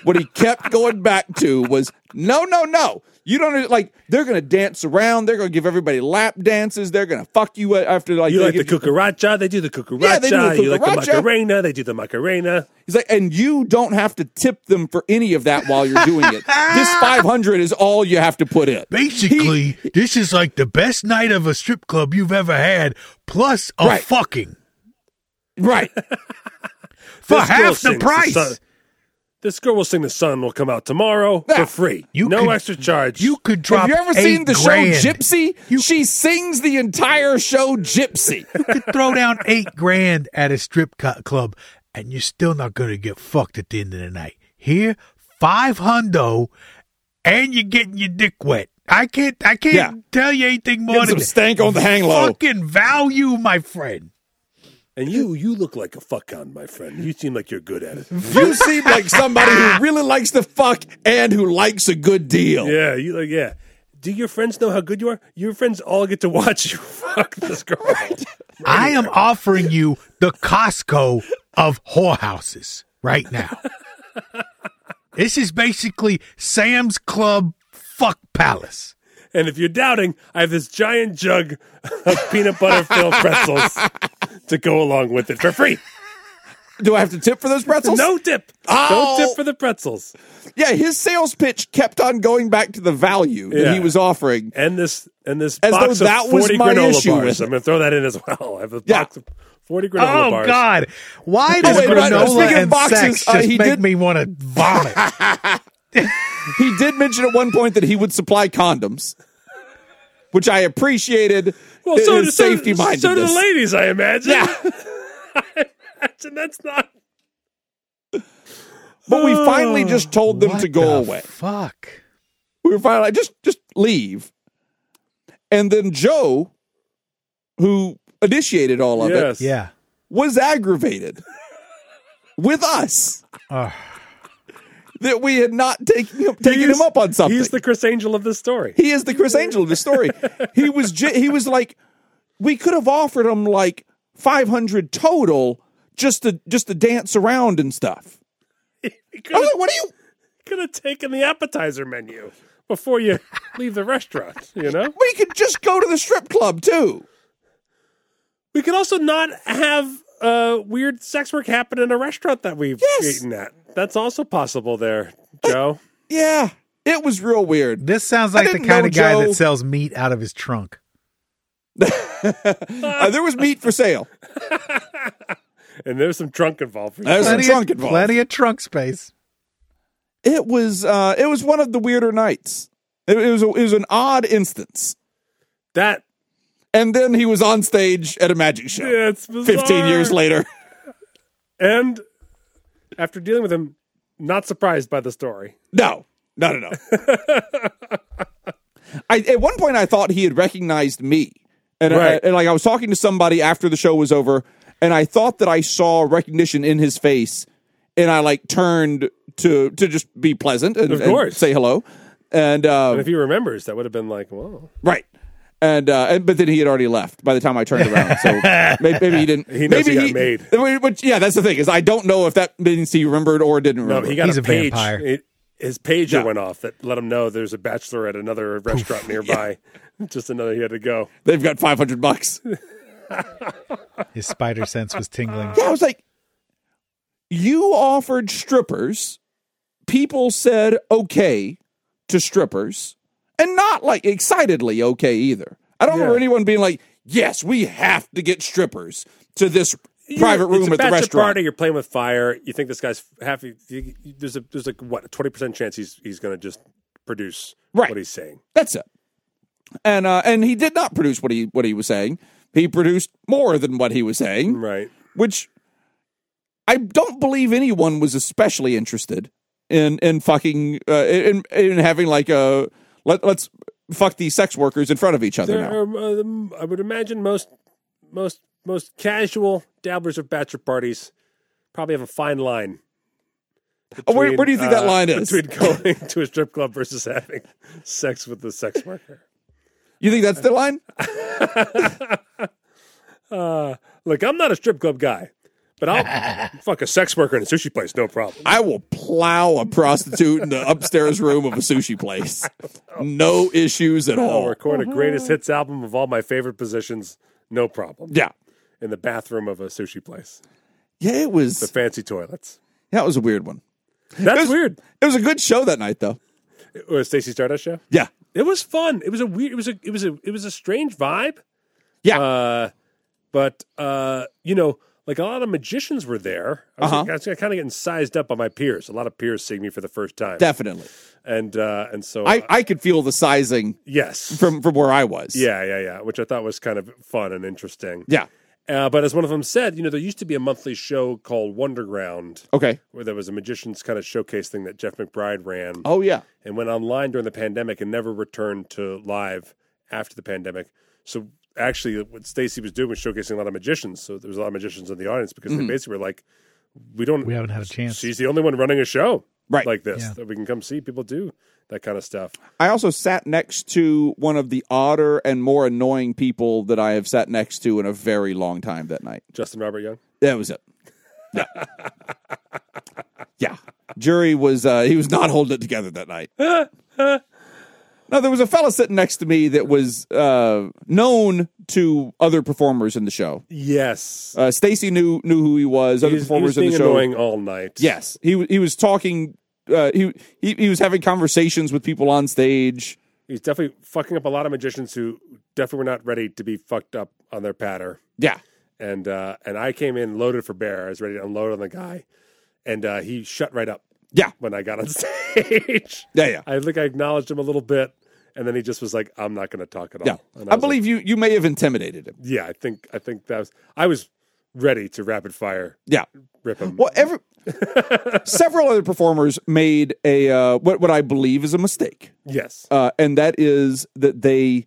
what he kept going back to was no, no, no. You don't under- like. They're gonna dance around. They're gonna give everybody lap dances. They're gonna fuck you after like. You they like the give you- cucaracha? They do the cucaracha. Yeah, they do the You like the cucaracha. macarena? They do the macarena. He's like, and you don't have to tip them for any of that while you're doing it. this five hundred is all you have to put in. Basically, this is like the best night of a strip club you've ever had, plus a Right. fucking Right. for This girl half the sings price. sun- this girl will sing "The Sun Will Come Out Tomorrow" Yeah. for free, You no could- extra charge. you could drop. Have you ever eight seen the grand. show Gypsy? she sings the entire show Gypsy. could throw down eight grand at a strip cu- club, and you're still not gonna get fucked at the end of the night. Here, five hundo, and you're getting your dick wet. I can't. I can't Yeah. tell you anything more Get than some stank on the hang low. Fucking value, my friend. and you, you look like a fuckhound, my friend. You seem like you're good at it. You seem like somebody who really likes to fuck and who likes a good deal. yeah, you like yeah. Do your friends know how good you are? Your friends all get to watch you fuck this girl. I am offering you the Costco of whorehouses right now. this is basically Sam's Club fuck palace. And if you're doubting, I have this giant jug of peanut butter filled pretzels to go along with it for free. Do I have to tip for those pretzels? No tip. Oh. No tip for the pretzels. Yeah, his sales pitch kept on going back to the value that Yeah. he was offering. And this and this As box though that of was forty my granola issue with bars. it. I'm gonna throw that in as well. I have a Yeah. box of forty granola Oh bars. God! Why does wait, right, granola speaking of and boxes, sex uh, just he make did- me want to vomit? He did mention at one point that he would supply condoms, which I appreciated Well, his so do, so, safety mindedness. so do the ladies, I imagine. Yeah. I imagine that's not. But we finally Oh, just told them What to go the away. Fuck! we were finally like, just just leave. And then Joe, who initiated all of it, Yes. Yeah. was aggravated with us Ugh. Ah. that we had not taken him, taken He's- him up on something. He's the Chris Angel of this story. he is the Chris Angel of the story. he was j- he was like, we could have offered him like five hundred total just to just to dance around and stuff. Oh, He I was like, what are you? could have taken the appetizer menu before you leave the restaurant, you know? We could just go to the strip club too. We could also not have uh, weird sex work happen in a restaurant that we've Yes. eaten at. That's also possible there, Joe. Yeah, it was real weird. This sounds I like the didn't kind know of guy Joe- that sells meat out of his trunk. Uh, there was meat for sale. And there's some drunk involved for you. There was some trunk of, involved. plenty of trunk space. It was uh, it was one of the weirder nights. It, it was a, it was an odd instance. That, And then he was on stage at a magic show. yeah, it's bizarre. Fifteen years later, And after dealing with him, not surprised by the story. no, no, no, no. I, at one point, I thought he had recognized me, and, I- Right. and like I was talking to somebody after the show was over, and I thought that I saw recognition in his face, and I like turned to to just be pleasant and, Of and course. say hello, and um, And if he remembers, that would have been like, whoa. Right. And, uh, and but then he had already left by the time I turned around. So maybe, maybe he didn't. He knows maybe he got made. Wh- Which, yeah, that's the thing is I don't know if that means he remembered or didn't No, remember. he got He's a a page. vampire. It- his pager Yeah. went off that let him know there's a bachelor at another restaurant nearby. Just another he had to go. They've got five hundred bucks. Yeah, His spider sense was tingling. I was like, you offered strippers. People said okay to strippers, and not like excitedly okay either. I don't remember anyone being like, "Yes, we have to get strippers to this private You're- room it's at the a bachelor restaurant." Party, you're playing with fire. You think this guy's half. You, you, there's a there's like what a twenty percent chance he's he's going to just produce Right. what he's saying. That's it. And uh, and he did not produce what he what he was saying. He produced more than what he was saying, Right. which I don't believe anyone was especially interested in in fucking uh, in in having like a let let's fuck these sex workers in front of each other There now. are, um, I would imagine most most most casual dabblers of bachelor parties probably have a fine line. uh, Oh, where- where do you think that line is? Between going to a strip club versus having sex with the sex worker. You think that's the line? Uh, look, I'm not a strip club guy, but I'll fuck a sex worker in a sushi place, no problem. I will plow a prostitute in the upstairs room of a sushi place. No issues at I'll all. record a greatest hits album of all my favorite positions, no problem. Yeah. In the bathroom of a sushi place, Yeah, it the was fancy toilets. that was a weird one. That's was- weird. It was a good show that night though. It was Stacey Stardust show. Yeah. It was fun. It was a weird. It was a. It was a. It was a strange vibe. Yeah. Uh, but uh, you know, like a lot of magicians were there. I was, Uh-huh. like, I was kind of getting sized up by my peers. A lot of peers seeing me for the first time. Definitely. And uh, and so I, I could feel the sizing yes. from from where I was. yeah, yeah, yeah. Which I thought was kind of fun and interesting. Yeah. Uh, but as one of them said, you know, there used to be a monthly show called Wonderground, Okay. where there was a magician's kind of showcase thing that Jeff McBride ran. Oh yeah. and went online during the pandemic and never returned to live after the pandemic. So actually, what Stacy was doing was showcasing a lot of magicians. So there was a lot of magicians in the audience because Mm-hmm. they basically were like, "We don't, We haven't had a chance. She's the only one running a show Right. like this Yeah. that we can come see people do that kind of stuff." I also sat next to one of the odder and more annoying people that I have sat next to in a very long time that night. Justin Robert Young. That was it. Yeah. yeah. Jury was uh he was not holding it together that night. no, there was a fella sitting next to me that was uh known to other performers in the show. Yes, Uh Stacy knew knew who he was, other he was, he was performers being in the show. annoying all night. Yes. He w- he was talking uh he, he he was having conversations with people on stage. he's definitely fucking up a lot of magicians who definitely were not ready to be fucked up on their patter. Yeah. and uh, and I came in loaded for bear. I was ready to unload on the guy, and uh, he shut right up. Yeah. when I got on stage, Yeah, yeah. I think I acknowledged him a little bit, and then he just was like, "I'm not going to talk at all." Yeah. And I was believe you you may have intimidated him. like, yeah, I think I think that was I was ready to rapid fire Yeah. rip him. Well, every several other performers made a uh, what what I believe is a mistake, Yes, uh, and that is that they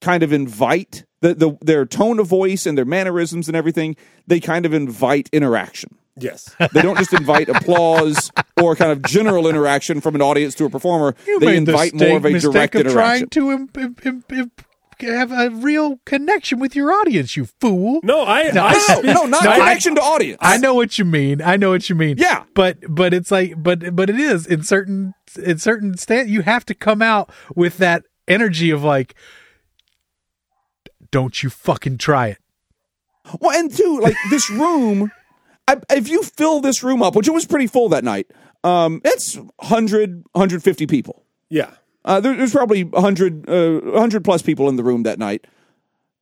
kind of invite the, the their tone of voice and their mannerisms and everything. They kind of invite interaction. yes, They don't just invite applause or kind of general interaction from an audience to a performer. You they made invite the more of a mistake direct of interaction. trying to im- im- im- im- have a real connection with your audience, you fool. no, I, No. I no, no, not No, I- connection to audience. I know what you mean. I know what you mean. Yeah. But but it's like but but it is in certain in certain stand you have to come out with that energy of like don't you fucking try it. Well, and two, like this room, I, if you fill this room up, which it was pretty full that night, um, it's 100, 150 people. yeah, Uh, there, there's probably 100, uh, 100 plus people in the room that night.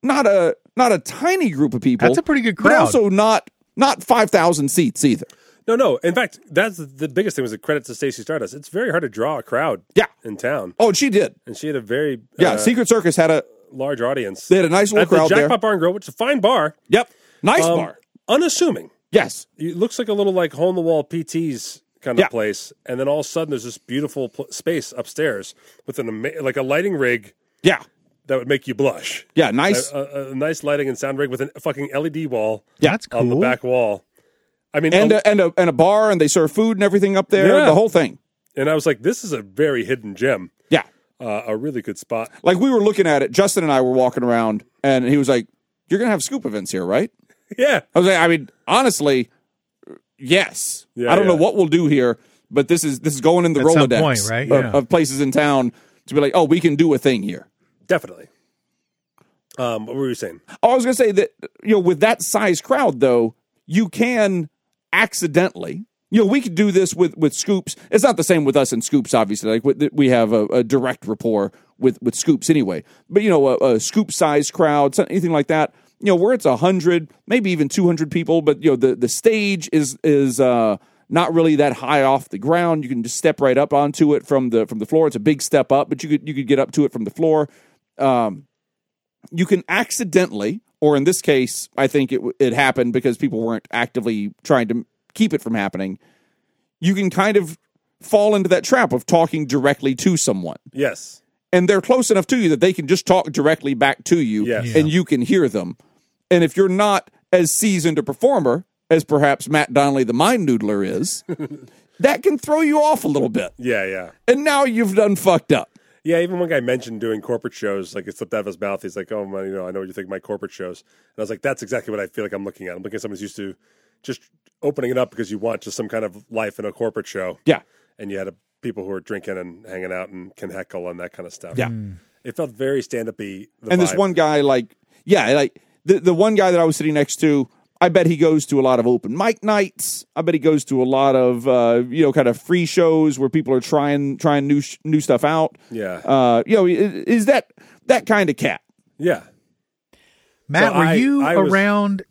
Not a not a tiny group of people. That's a pretty good But crowd. also not not 5,000 seats either. no, no. In fact, that's the biggest thing was the credit to Stacey Stardust. It's very hard to draw a crowd. Yeah. in town, Oh, and she did. and she had a very Yeah, uh, Secret Circus had a large audience. they had a nice little At the crowd there. Jackpot Bar and Grill, which is a fine bar. Yep. Nice Um, bar. Unassuming. Yes. It looks like a little like hole in the wall PT's kind of Yeah. place, and then all of a sudden there's this beautiful pl- space upstairs with an ama- like a lighting rig Yeah. that would make you blush. Yeah, nice. A, a, a nice lighting and sound rig with an- a fucking LED wall Yeah. That's cool. on the back wall. I mean, and um, a, and a and a bar and they serve food and everything up there, Yeah. the whole thing. and I was like, this is a very hidden gem, Yeah. uh, a really good spot. like we were looking at it. Justin and I were walking around, and he was like, "You're gonna have scoop events here, right?" Yeah, I was like, "I mean, honestly, yes. Yeah, I don't know yeah. what we'll do here, but this is this is going in the At some Rolodex point, right? of, Yeah. of places in town to be like, oh, we can do a thing here." definitely. Um, what were you saying? I was gonna say that you know, with that size crowd, though, you can accidentally. You know, we could do this with with scoops. It's not the same with us and scoops, obviously. Like with, we have a, a direct rapport with with scoops anyway. But you know, a, a scoop size crowd, some- anything like that. You know, where it's hundred, maybe even two hundred people, but you know, the the stage is is uh, not really that high off the ground. You can just step right up onto it from the from the floor. It's a big step up, but you could you could get up to it from the floor. Um, you can accidentally, or in this case, I think it it happened because people weren't actively trying to keep it from happening. You can kind of fall into that trap of talking directly to someone, Yes, and they're close enough to you that they can just talk directly back to you, Yes. and you can hear them. And if you're not as seasoned a performer as perhaps Matt Donnelly, the mind noodler, is, that can throw you off a little bit. yeah, yeah. And now you've done fucked up. Yeah, even one guy mentioned doing corporate shows, like it slipped out of his mouth. He's like, "Oh, man, you know, I know what you think of my corporate shows," and I was like, "That's exactly what I feel like I'm looking at. I'm looking at someone who's used to just opening it up because you want just some kind of life in a corporate show, Yeah. and you had to people who are drinking and hanging out and can heckle and that kind of stuff. Mm. Yeah. It felt very stand up y. and this one guy like yeah like the, the one guy that i was sitting next to i bet he goes to a lot of open mic nights i bet he goes to a lot of uh, you know kind of free shows where people are trying trying new sh- new stuff out Yeah. uh, you know i- is that that kind of cat yeah. Matt, So were I- you I was- around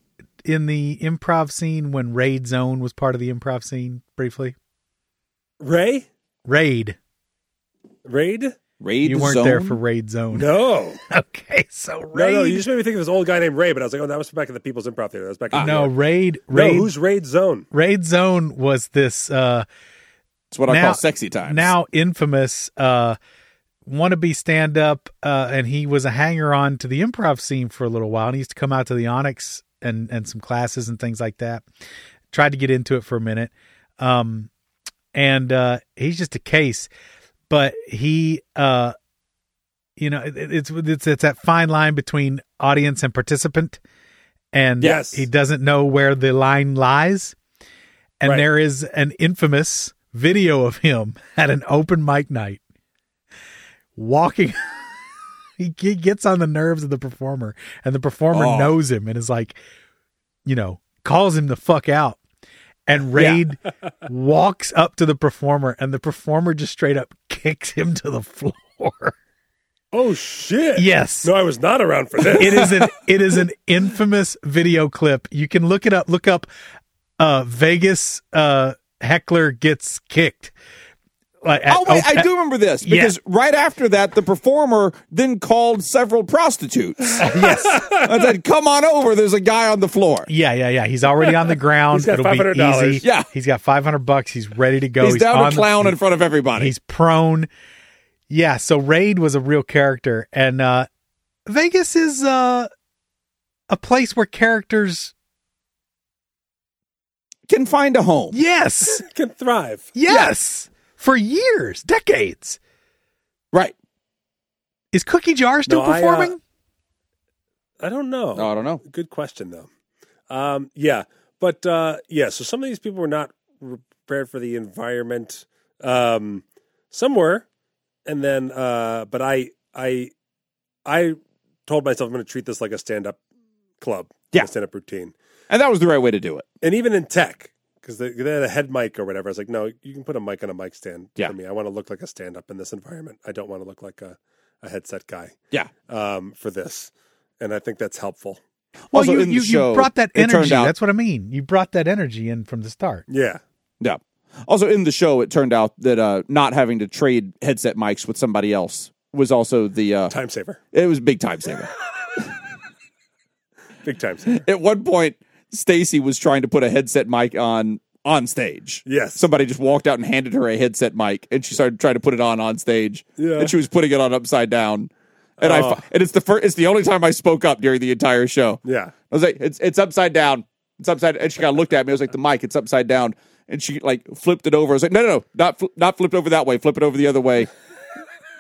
in the improv scene when Raid Zone was part of the improv scene briefly? Ray? Raid. Raid? raid you the weren't zone? there for Raid Zone. No. Okay, so No, Raid. no, you just made me think of this old guy named Ray, but I was like, oh, that was back at the People's Improv Theater. That was back Ah, in Ah. No, New York. Raid. no, Raid. who's Raid Zone? Raid Zone was this uh, it's what i Now- call sexy times now infamous uh, wannabe stand up, uh, and he was a hanger on to the improv scene for a little while. And he used to come out to the Onyx and, and some classes and things like that. Tried to get into it for a minute. Um, and uh, he's just a case, but he, uh, you know, it, it's, it's it's that fine line between audience and participant. And Yes. he doesn't know where the line lies and Right. there is an infamous video of him at an open mic night walking he g- gets on the nerves of the performer and the performer Oh. knows him and is like you know calls him the fuck out and Raid walks up to the performer and the performer just straight up kicks him to the floor. Oh, shit. Yes. No, I was not around for this. it is an it is an infamous video clip. You can look it up. Look up uh Vegas uh heckler gets kicked. Like at- Oh wait, at- I do remember this Yeah. because right after that, the performer then called several prostitutes. yes, and said, "Come on over." There's a guy on the floor. Yeah, yeah, yeah. He's already on the ground. He's got It'll $500. be easy. Yeah. He's got 500 bucks. He's ready to go. he's, down on to the- clown in front of everybody. He's prone. Yeah, so Raid was a real character and uh Vegas is uh a place where characters Can find a home. Yes. can thrive. Yes. For years, decades. Right. Is Cookie Jar still No, I, uh, performing? I don't know. No, I don't know. Good question though. Um, yeah, but uh, yeah. So some of these people were not re- prepared for the environment. Um, some were, and then uh, but I I I told myself I'm going to treat this like a stand up club, Yeah. stand up routine, And that was the right way to do it. and even in tech because they, they had a head mic or whatever. I was like, no, you can put a mic on a mic stand Yeah. for me. I want to look like a stand up in this environment. I don't want to look like a, a headset guy Yeah. um, for this, and I think that's helpful. Well, Also you, in the you, show, you brought that it turned energy. out- That's what I mean. You brought that energy in from the start. Yeah. Yeah. Also in the show, it turned out that uh, not having to trade headset mics with somebody else was also the uh, Time saver. it was a big time saver. Big time saver. At one point, Stacy was trying to put a headset mic on on stage. Yes. Somebody just walked out and handed her a headset mic, and she started trying to put it on on stage. Yeah. Oh. And she was putting it on upside down. And I I and it's the first it's the only time I spoke up during the entire show. Yeah. I was like, it's it's upside down. It's upside. And she kind of looked at me. I was like, the mic, it's upside down. And she like flipped it over. I was like, no, no, no, not fl- not flipped over that way. Flip it over the other way.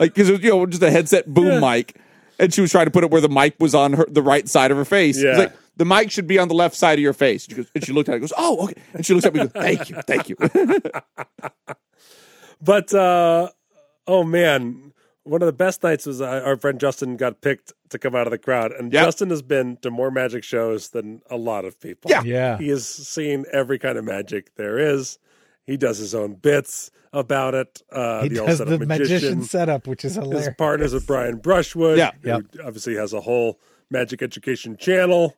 like because it was you know just a headset boom mic, and she was trying to put it where the mic was on her the right side of her face. I was Yeah. like, the mic should be on the left side of your face. She goes, and she looked at it. and Goes, oh, okay. And she looks at me. and Goes, thank you, thank you. But uh, oh man, one of the best nights was uh, our friend Justin got picked to come out of the crowd, and Yeah. Justin has been to more magic shows than a lot of people. Yeah. Yeah. he has seen every kind of magic there is. He does his own bits about it. Uh, he the all does set the up magician, setup, which is hilarious. His partners with Brian Brushwood, Yeah. who obviously has a whole magic education channel,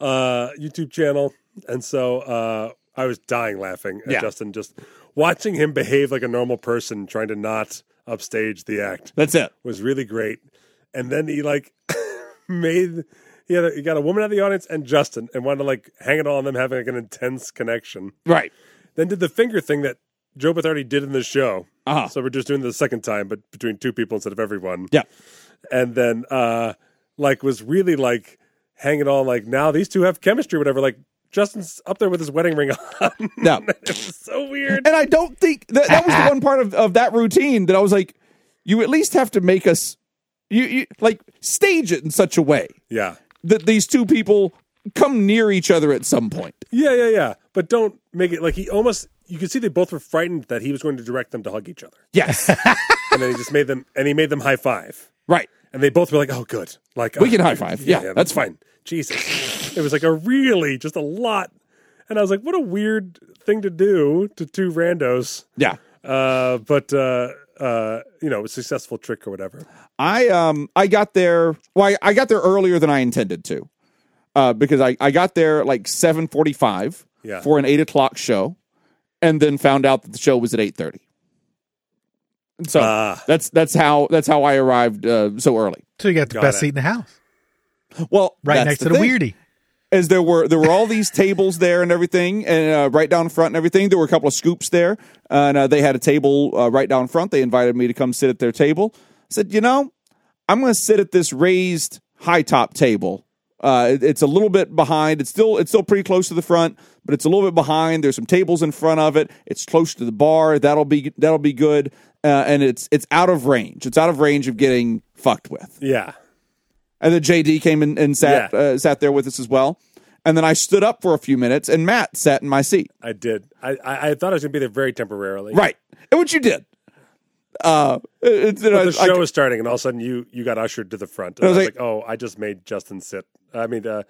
uh, YouTube channel. And so uh, I was dying laughing at Yeah. Justin just watching him behave like a normal person, trying to not upstage the act That's it. was really great. And then he like made he had a, he got a woman out of the audience and Justin and wanted to like hang it on them having like an intense connection. Right. Then did the finger thing that Joe Bethardi did in the show. Uh-huh. So we're just doing it the second time, but between two people instead of everyone Yeah. and then uh like was really like hanging on like now these two have chemistry or whatever like justin's up there with his wedding ring on No. it was so weird And I don't think that, that was the one part of, of that routine that I was like, you at least have to make us, you, you like stage it in such a way yeah that these two people come near each other at some point. yeah yeah yeah but don't make it like he almost you could see they both were frightened that he was going to direct them to hug each other, Yes. and then he just made them and he made them high five, right. and they both were like, "Oh, good, like We uh, can high five. Yeah, that's fine. Jesus, it was like a really just a lot, and I was like, "What a weird thing to do to two randos." Yeah. Uh, but uh, uh, you know, a successful trick or whatever. I um I got there. Well, I, I got there earlier than I intended to, uh, because I I got there at like seven forty five Yeah. for an eight o'clock show, and then found out that the show was at eight thirty. So Ah. that's that's how that's how I arrived uh, so early. So you got the Got best it. seat in the house, Well, right that's next to the thing, weirdie. Is there were there were all these tables there and everything, and uh, right down front and everything. There were a couple of scoops there, and uh, they had a table uh, right down front. They invited me to come sit at their table. I said, you know, I'm going to sit at this raised high top table. Uh, it- it's a little bit behind. It's still it's still pretty close to the front, but it's a little bit behind. There's some tables in front of it. It's close to the bar. That'll be that'll be good. Uh, and it's it's out of range. It's out of range of getting fucked with. Yeah, And then JD came in and sat Yeah. uh, sat there with us as well. And then I stood up for a few minutes, and Matt sat in my seat. I did. I I, I thought I was going to be there very temporarily. Right, and what you did. Uh, it, it, But I, the show I- was starting, and all of a sudden you you got ushered to the front. And I I was was, like- like, "Oh, I just made Justin sit. I mean, uh,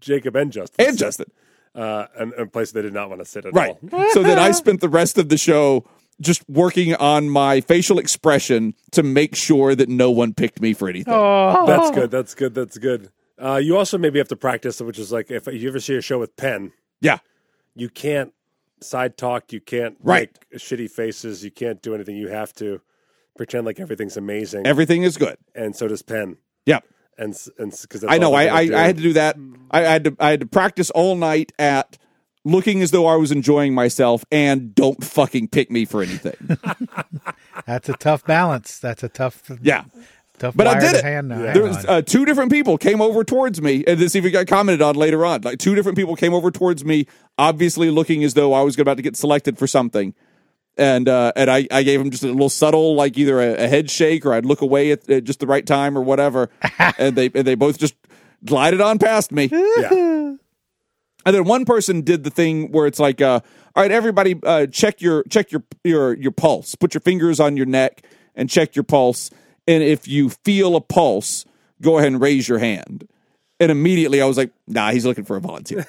Jacob and Justin and sit, Justin. uh, and, and place they did not want to sit at Right. all. so then I spent the rest of the show just working on my facial expression to make sure that no one picked me for anything. Oh, That's good. That's good. That's good. Uh, you also maybe have to practice, which is like if you ever see a show with Penn, Yeah. you can't side talk, you can't Right. make shitty faces, you can't do anything. You have to pretend like everything's amazing, Everything is good. and so does Penn. Yep. And s- and because I know. I, I, I had to do that. I, I had to I had to practice all night at looking as though I was enjoying myself and don't fucking pick me for anything. That's a tough balance. That's a tough. Yeah. tough. But I wire did to it. Hand now. Hang There was, on. uh, two different people came over towards me, and this even got commented on later on. Like two different people came over towards me, obviously looking as though I was about to get selected for something, and uh, and I, I gave them just a little subtle, like either a, a head shake or I'd look away at, at just the right time or whatever, and they and they both just glided on past me. Yeah. And then one person did the thing where it's like, uh, all right, everybody, uh, check your check your your your pulse. Put your fingers on your neck and check your pulse. And if you feel a pulse, go ahead and raise your hand. And immediately I was like, nah, he's looking for a volunteer.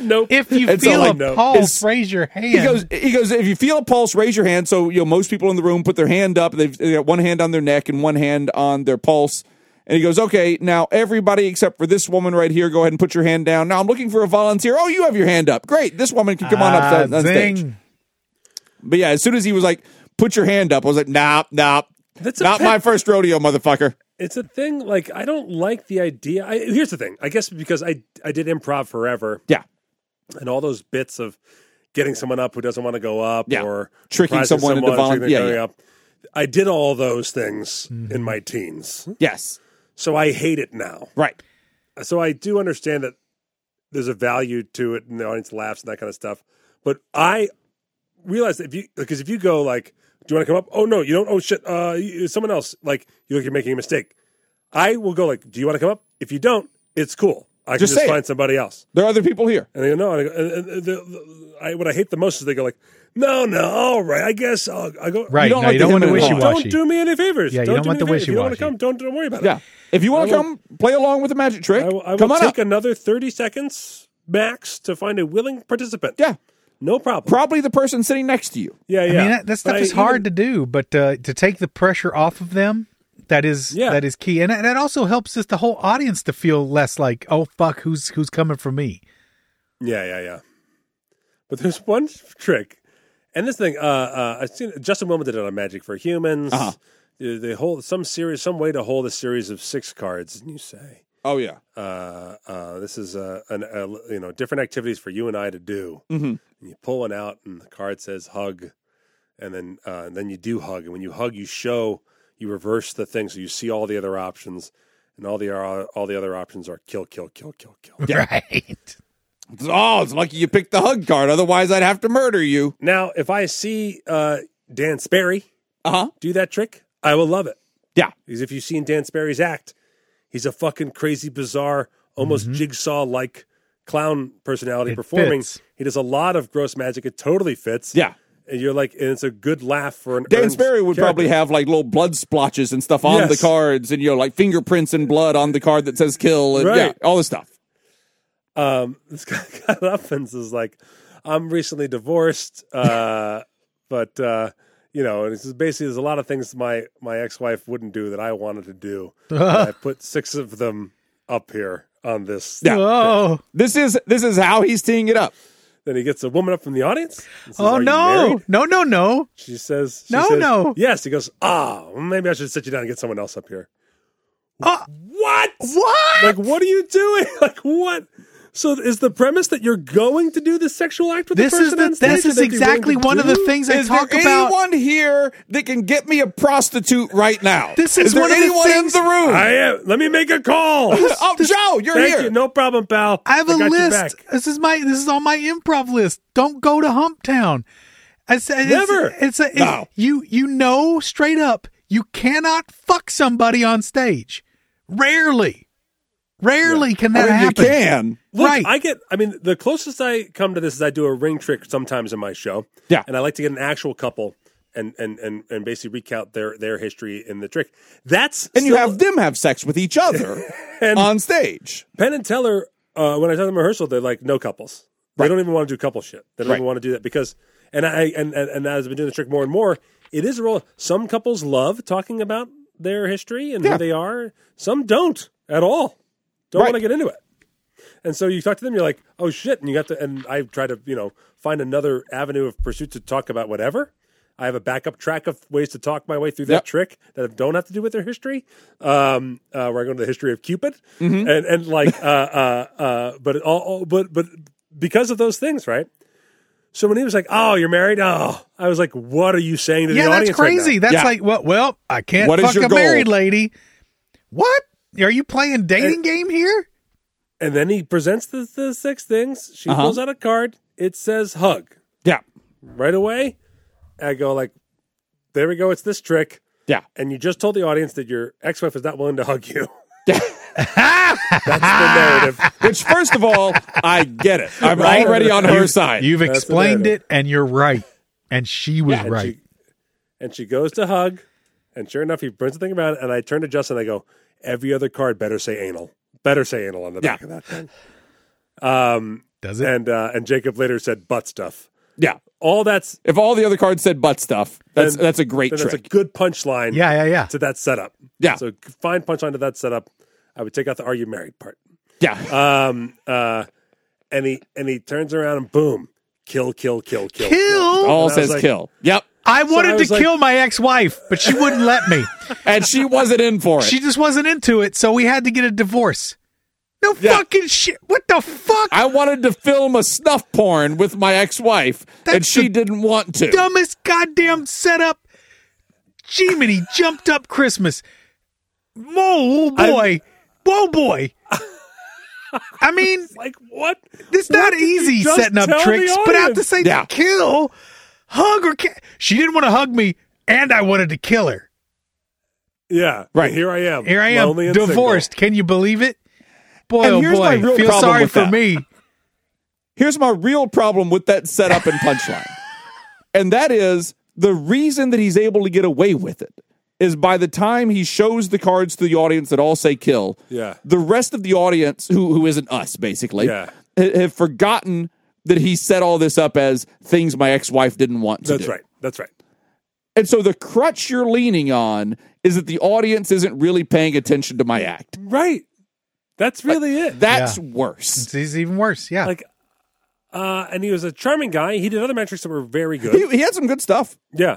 nope. if you and so, feel like, a no, pulse, it's- raise your hand. He goes, he goes. If you feel a pulse, raise your hand. So you know most people in the room put their hand up. They've they got one hand on their neck and one hand on their pulse. And he goes, okay, now everybody except for this woman right here, go ahead and put your hand down. Now I'm looking for a volunteer. Oh, you have your hand up. Great, this woman can come on up Ah, on- on zing. stage. But yeah, as soon as he was like, put your hand up, I was like, nah, nah. That's a not pet- my first rodeo, motherfucker. it's a thing like i don't like the idea I, here's the thing i guess because i i did improv forever Yeah. and all those bits of getting someone up who doesn't want to go up Yeah. or Tricking surprising someone into tricking volun- them yeah, going yeah. Mm-hmm. up i did all those things in my teens Yes. so i hate it now Right. so i do understand that there's a value to it and the audience laughs and that kind of stuff but i realize that if you because if you go like do you want to come up oh no you don't oh shit uh you- someone else like you look you're making a mistake i will go like do you want to come up if you don't it's cool i Just say can just it. find somebody else There are other people here. and they go no and I, go, and, and, and the, the- I what i hate the most is they go like no no all right i guess i'll I go Right. You don't no, like you the don't want him the at all. wishy don't washy. do me any favors Yeah, you don't, don't do want me the favors. if you don't want to wishy-washy. come don't, don't worry about it Yeah. If you want to I will- come play along with the magic trick, I will, I will come on take up. another 30 seconds max to find a willing participant. yeah. No problem. Probably the person sitting next to you. yeah, yeah. I mean, that, that stuff But I is even- hard to do, but uh, to take the pressure off of them, that is Yeah. that is key, and that that also helps just the whole audience to feel less like, oh fuck, who's who's coming for me? Yeah, yeah, yeah. But there's one trick. And this thing, uh, uh, I've seen Justin Wilmot did it on Magic for Humans. Uh-huh. They they hold some series, some way to hold a series of six cards. And you say, Oh yeah. uh, uh, this is uh, an, uh, you know different activities for you and I to do. Mhm. And you pull one out, and the card says hug, and then uh, and then you do hug. And when you hug, you show you reverse the thing, so you see all the other options, and all the all the other options are kill, kill, kill, kill, kill. Right. Oh, it's lucky you picked the hug card. Otherwise, I'd have to murder you. Now, if I see uh, Dan Sperry Uh huh. do that trick, I will love it. Yeah. Because if you've Mm-hmm. seen Dan Sperry's act, he's a fucking crazy, bizarre, almost jigsaw like clown personality It performing. fits. He does a lot of gross magic. It totally fits. Yeah. And you're like, and it's a good laugh for an Dan earned Sperry would character. probably have like little blood splotches and stuff on Yes. the cards, and you know, like fingerprints and blood on the card that says kill, and yeah, Right. all this stuff. um, this guy got offense is like, I'm recently divorced, uh, but uh, you know, and it's just basically there's a lot of things my my ex wife wouldn't do that I wanted to do. And I put six of them up here on this. Yeah. Oh, This is this is how he's teeing it up. Then he gets a woman up from the audience. and says, oh "Are you no, married?" no, no, no. She says, she No, says, no. Yes. He goes, ah, well, maybe I should sit you down and get someone else up here. Oh, What? what? Like, what are you doing? Like, what? So is the premise that you're going to do the sexual act with This the is person? the, on stage this that is they'd be willing exactly to one of do? the things I Is there talk about. anyone here that can get me a prostitute right now? This is there one of the anyone things- in the room? I am. Let me make a call. oh, Joe, you're Thank here. you. No problem, pal. I have a got your list. back. This is my this is on my improv list. Don't go to Humptown. I said it's- Never. It's, a it's- No. you you know straight up you cannot fuck somebody on stage. Rarely, rarely can I that mean, happen. You can. Look, right. I get. I mean, the closest I come to this is I do a ring trick sometimes in my show. Yeah. and I like to get an actual couple and and and, and basically recount their their history in the trick. That's And you still- have them have sex with each other And- on stage. Penn and Teller. Uh, when I tell them rehearsal, they're like, no couples. They Right. don't even want to do couple shit. They don't Right. even want to do that because. And I and, and and as I've been doing the trick more and more, it is a role. Some couples love talking about their history and Yeah. who they are. Some don't at all. Don't Right. want to get into it. And so you talk to them, you're like, oh shit, and you got to. And I try to, you know, find another avenue of pursuit to talk about whatever. I have a backup track of ways to talk my way through that Yep. trick that don't have to do with their history. Um, uh, where I go into the history of Cupid Mm-hmm. and and like, uh, uh, uh, but it all, all, but but because of those things, right? So when he was like, "Oh, you're married," oh, I was like, "What are you saying to yeah, the that's audience?" right now?" crazy. that's Yeah. like well, well, I can't What is fuck your a married goal? lady. What are you playing dating And- game here? and then he presents the, the six things. She Uh-huh. pulls out a card. It says "hug." Yeah. right away. I go like, "There we go. It's this trick." Yeah. And you just told the audience that your ex-wife is not willing to hug you. That's The narrative. Which, first of all, I get it. I'm Right. already on her side. You've That's the explained narrative. it, and you're right, and she was And right. She, and she goes to hug, and sure enough, he prints a thing about it. And I turn to Justin. I go, "Every other card better say anal. Better say anal on the back Yeah. of that thing." Um, Does it? and uh, and Jacob later said butt stuff. yeah. All that's If all the other cards said butt stuff, that's then- that's a great then trick. That's a good punchline. yeah, yeah, yeah. to that setup. Yeah. So fine punchline to that setup. I would take out the "Are you married?" part. yeah. Um, uh, and he and he turns around and boom, kill, kill, kill, kill, Kill? all And I was says like, kill. Yep. I wanted I to was like- kill my ex-wife, but she wouldn't let me. And she wasn't in for it. She just wasn't into it, so we had to get a divorce. No Yeah. fucking shit. What the fuck? I wanted to film a snuff porn with my ex-wife, and That's she the didn't want to. Dumbest goddamn setup. Jiminy jumped up Christmas. Whoa, oh boy. Whoa, boy. I mean, Like what? it's not easy just setting up tell the tricks, but I have to audience? say, Yeah. kill, hug, or ki- she didn't want to hug me, and I wanted to kill her. Yeah. Right. Here I am. Here I am, lonely and single. divorced. Can you believe it? Boy, And oh here's boy, my real feel problem sorry with for that. me. Here's my real problem with that setup and punchline. and that is the reason that he's able to get away with it is by the time he shows the cards to the audience that all say kill, Yeah. the rest of the audience, who, who isn't us basically, Yeah. ha- have forgotten that he set all this up as things my ex wife didn't want to That's do. right. That's right. And so the crutch you're leaning on is that the audience isn't really paying attention to my act. Right. That's really it. That's Yeah. worse. It's, it's even worse. Yeah. Like, uh, and he was a charming guy. He did other metrics that were very good. He, he had some good stuff. Yeah.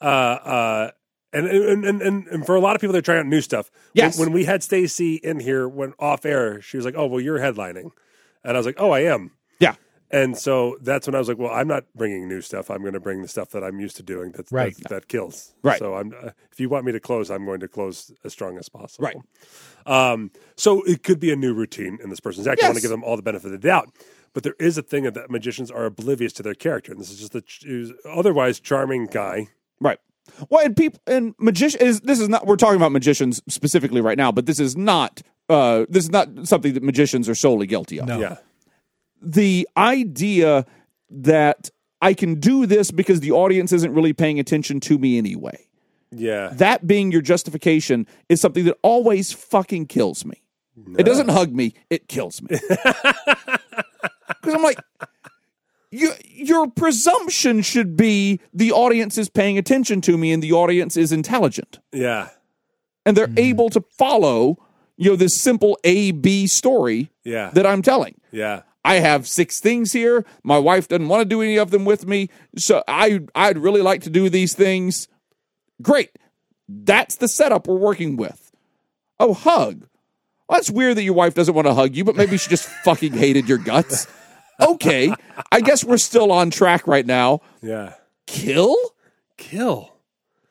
Uh, uh, and, and, and, and, and for a lot of people, they're trying out new stuff. Yes. When, when we had Stacy in here, when off air, she was like, oh, well, you're headlining. And I was like, oh, I am. Yeah. And so that's when I was like, well, I'm not bringing new stuff. I'm going to bring the stuff that I'm used to doing that's, Right. that's, that kills. Right. So I'm, uh, if you want me to close, I'm going to close as strong as possible. Right. Um, so it could be a new routine in this person's act. I want Yes. to give them all the benefit of the doubt. But there is a thing of that magicians are oblivious to their character. And this is just the ch- is otherwise charming guy. Right. Well, and people and magician is this is not we're talking about magicians specifically right now, but this is not uh this is not something that magicians are solely guilty of. No. Yeah. the idea that I can do this because the audience isn't really paying attention to me anyway. Yeah. That being your justification is something that always fucking kills me. It doesn't hug me, it kills me. Because I'm like, you, your presumption should be the audience is paying attention to me and the audience is intelligent Yeah. and they're able to follow you know this simple a b story Yeah. that i'm telling Yeah. i have six things here my wife doesn't want to do any of them with me so i i'd really like to do these things great that's the setup we're working with oh hug well, that's weird that your wife doesn't want to hug you but maybe she just fucking hated your guts okay i guess we're still on track right now Yeah. kill Kill.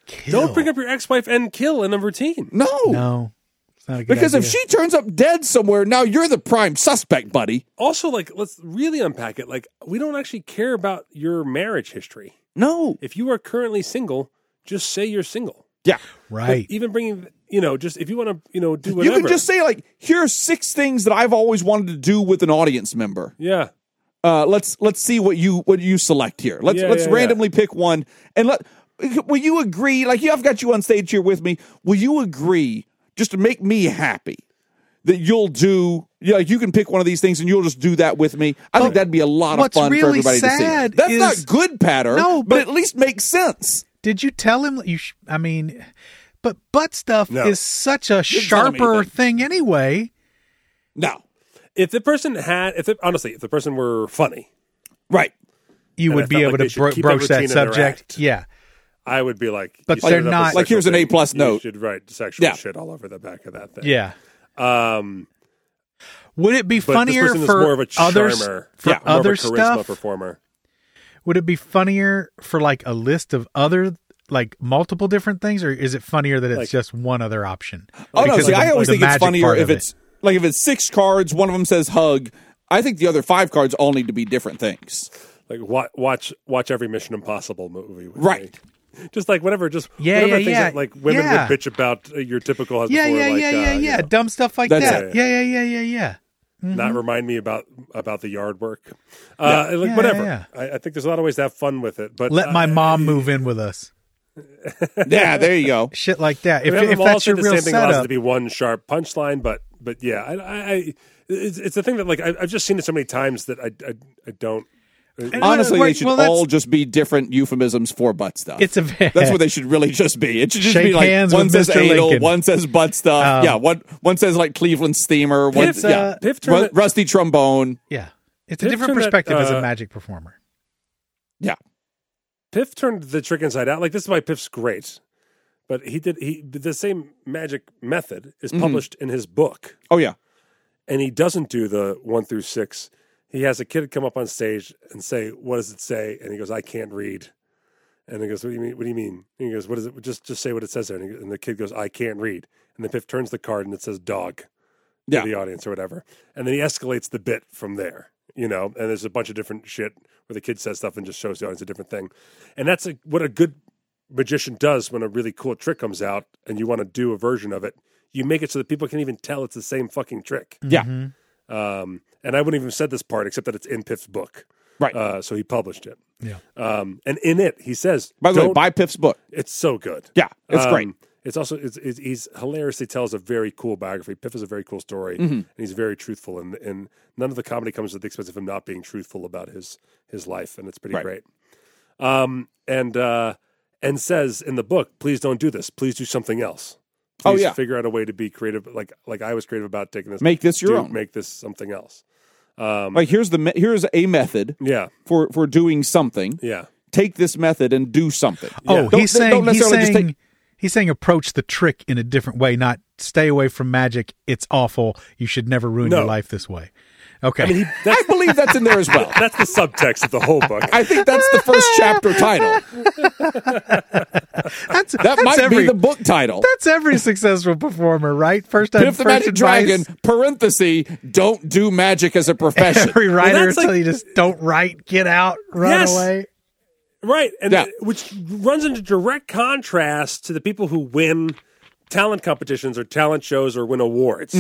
Kill. Don't bring up your ex-wife and kill in a routine. no, No, it's not a good because if idea. she turns up dead somewhere now you're the prime suspect buddy Also, like, let's really unpack it. Like, we don't actually care about your marriage history. no If you are currently single, just say you're single. yeah Like, Right. even bringing, you know, just if you want to, you know, do You whatever. can just say like, "Here's six things that I've always wanted to do with an audience member. yeah, Uh, let's let's see what you what you select here. Let's Yeah, let's yeah, yeah. randomly pick one and let. Will you agree? Like, yeah, I've got you on stage here with me. Will you agree just to make me happy that you'll do? Yeah, like you can pick one of these things and you'll just do that with me. I think that'd be a lot of what's fun for really everybody to sad see. That's is- not good, patter. No, but, but- at least makes sense. Did you tell him you? Sh- I mean, but butt stuff No. is such a didn't tell him sharper anything. thing anyway. No, if the person had, if it, honestly, if the person were funny, right? You And I would be felt able like they to should bro- keep that broach that routine in their subject. act. Yeah, I would be like, But you set they're it up as not- sexual Like, here's an thing. A-plus note. You should write sexual Yeah. shit all over the back of that thing. yeah. Um, Would it be but funnier this person for is more of a charmer, others? For Yeah. more other of a charisma stuff, performer. would it be funnier for like a list of other like multiple different things, or is it funnier that it's Like- just one other option? Oh no! Because See, of the- I always the think it's magic funnier part if of it. it's like if it's six cards, one of them says hug. I think the other five cards all need to be different things. Like wa- watch watch every Mission Impossible movie, with Right. me. Just like whatever, just Yeah, whatever yeah, things yeah, that, like women yeah. would bitch about uh, your typical husband. yeah, for, yeah, like, yeah, uh, yeah, you yeah. know, Dumb stuff like That's that. it. Yeah, yeah, yeah, yeah, yeah. not remind me about about the yard work. Uh, like, Yeah, whatever. yeah. I, I think there's a lot of ways to have fun with it. But Let uh, my mom move in with us. yeah, there you go. Shit like that. If, I mean, if I'm all that's your saying the real same thing allows it setup, to be one sharp punchline, but but yeah, I, I, I it's, it's the thing that like I, I've just seen it so many times that I I, I don't. And- uh, Honestly, they Right, should well, that's- all just be different euphemisms for butt stuff. It's a- that's what they should really just be. It should just be Shake like hands one with says Mr. anal, Lincoln. one says butt stuff. Um, yeah, one one says like Cleveland steamer. One, Piff, yeah, uh, Piff Ru- turned it- rusty trombone. yeah, it's a Just different from that, perspective as uh, a magic performer. Yeah, Piff turned the trick inside out. Like this is why Piff's great, but he did he the same magic method is published in his book, oh yeah, and he doesn't do the one through six. He has a kid come up on stage and say, "What does it say?" And he goes, "I can't read." And he goes, "What do you mean? What do you mean?" And he goes, "What is it? Just just say what it says there." And, he, and the kid goes, "I can't read." And then Piff turns the card and it says "dog." yeah. to the audience or whatever. And then he escalates the bit from there, you know, and there's a bunch of different shit where the kid says stuff and just shows the audience a different thing. And that's a, what a good magician does when a really cool trick comes out and you want to do a version of it. You make it so that people can even tell it's the same fucking trick. Yeah. Mm-hmm. Um, and I wouldn't even have said this part except that it's in Piff's book. Right. Uh, so he published it. Yeah. Um, and in it, he says, By the way, "Don't- buy Piff's book. it's so good. Um, Yeah, it's great. It's also it's, it's he's hilariously tells a very cool biography. Piff is a very cool story, Mm-hmm. and he's very truthful. And and none of the comedy comes at the expense of him not being truthful about his his life, and it's pretty Right. great. Um, and uh, and says in the book, please don't do this. Please do something else. Oh, Please yeah. figure out a way to be creative. Like like I was creative about taking this. Make this your Do- own. Make this something else. Um, Like here's the me- here's a method yeah, for for doing something. yeah, Take this method and do something. Oh, Don't- he's don't saying he's necessarily just saying he's saying approach the trick in a different way, not stay away from magic. It's awful. You should never ruin No. your life this way. Okay. I believe that's in there as well. that's the subtext of the whole book. I think that's the first chapter title. that's That that's might every, be the book title. That's every successful performer, right? First time Piff the first Magic advice, Dragon, parenthesis, don't do magic as a profession. Every writer that's will tell like- you just don't write, get out, run Yes. away. Right. And Yeah. which runs into direct Mm-hmm. contrast to the people who win talent competitions or talent shows or win awards.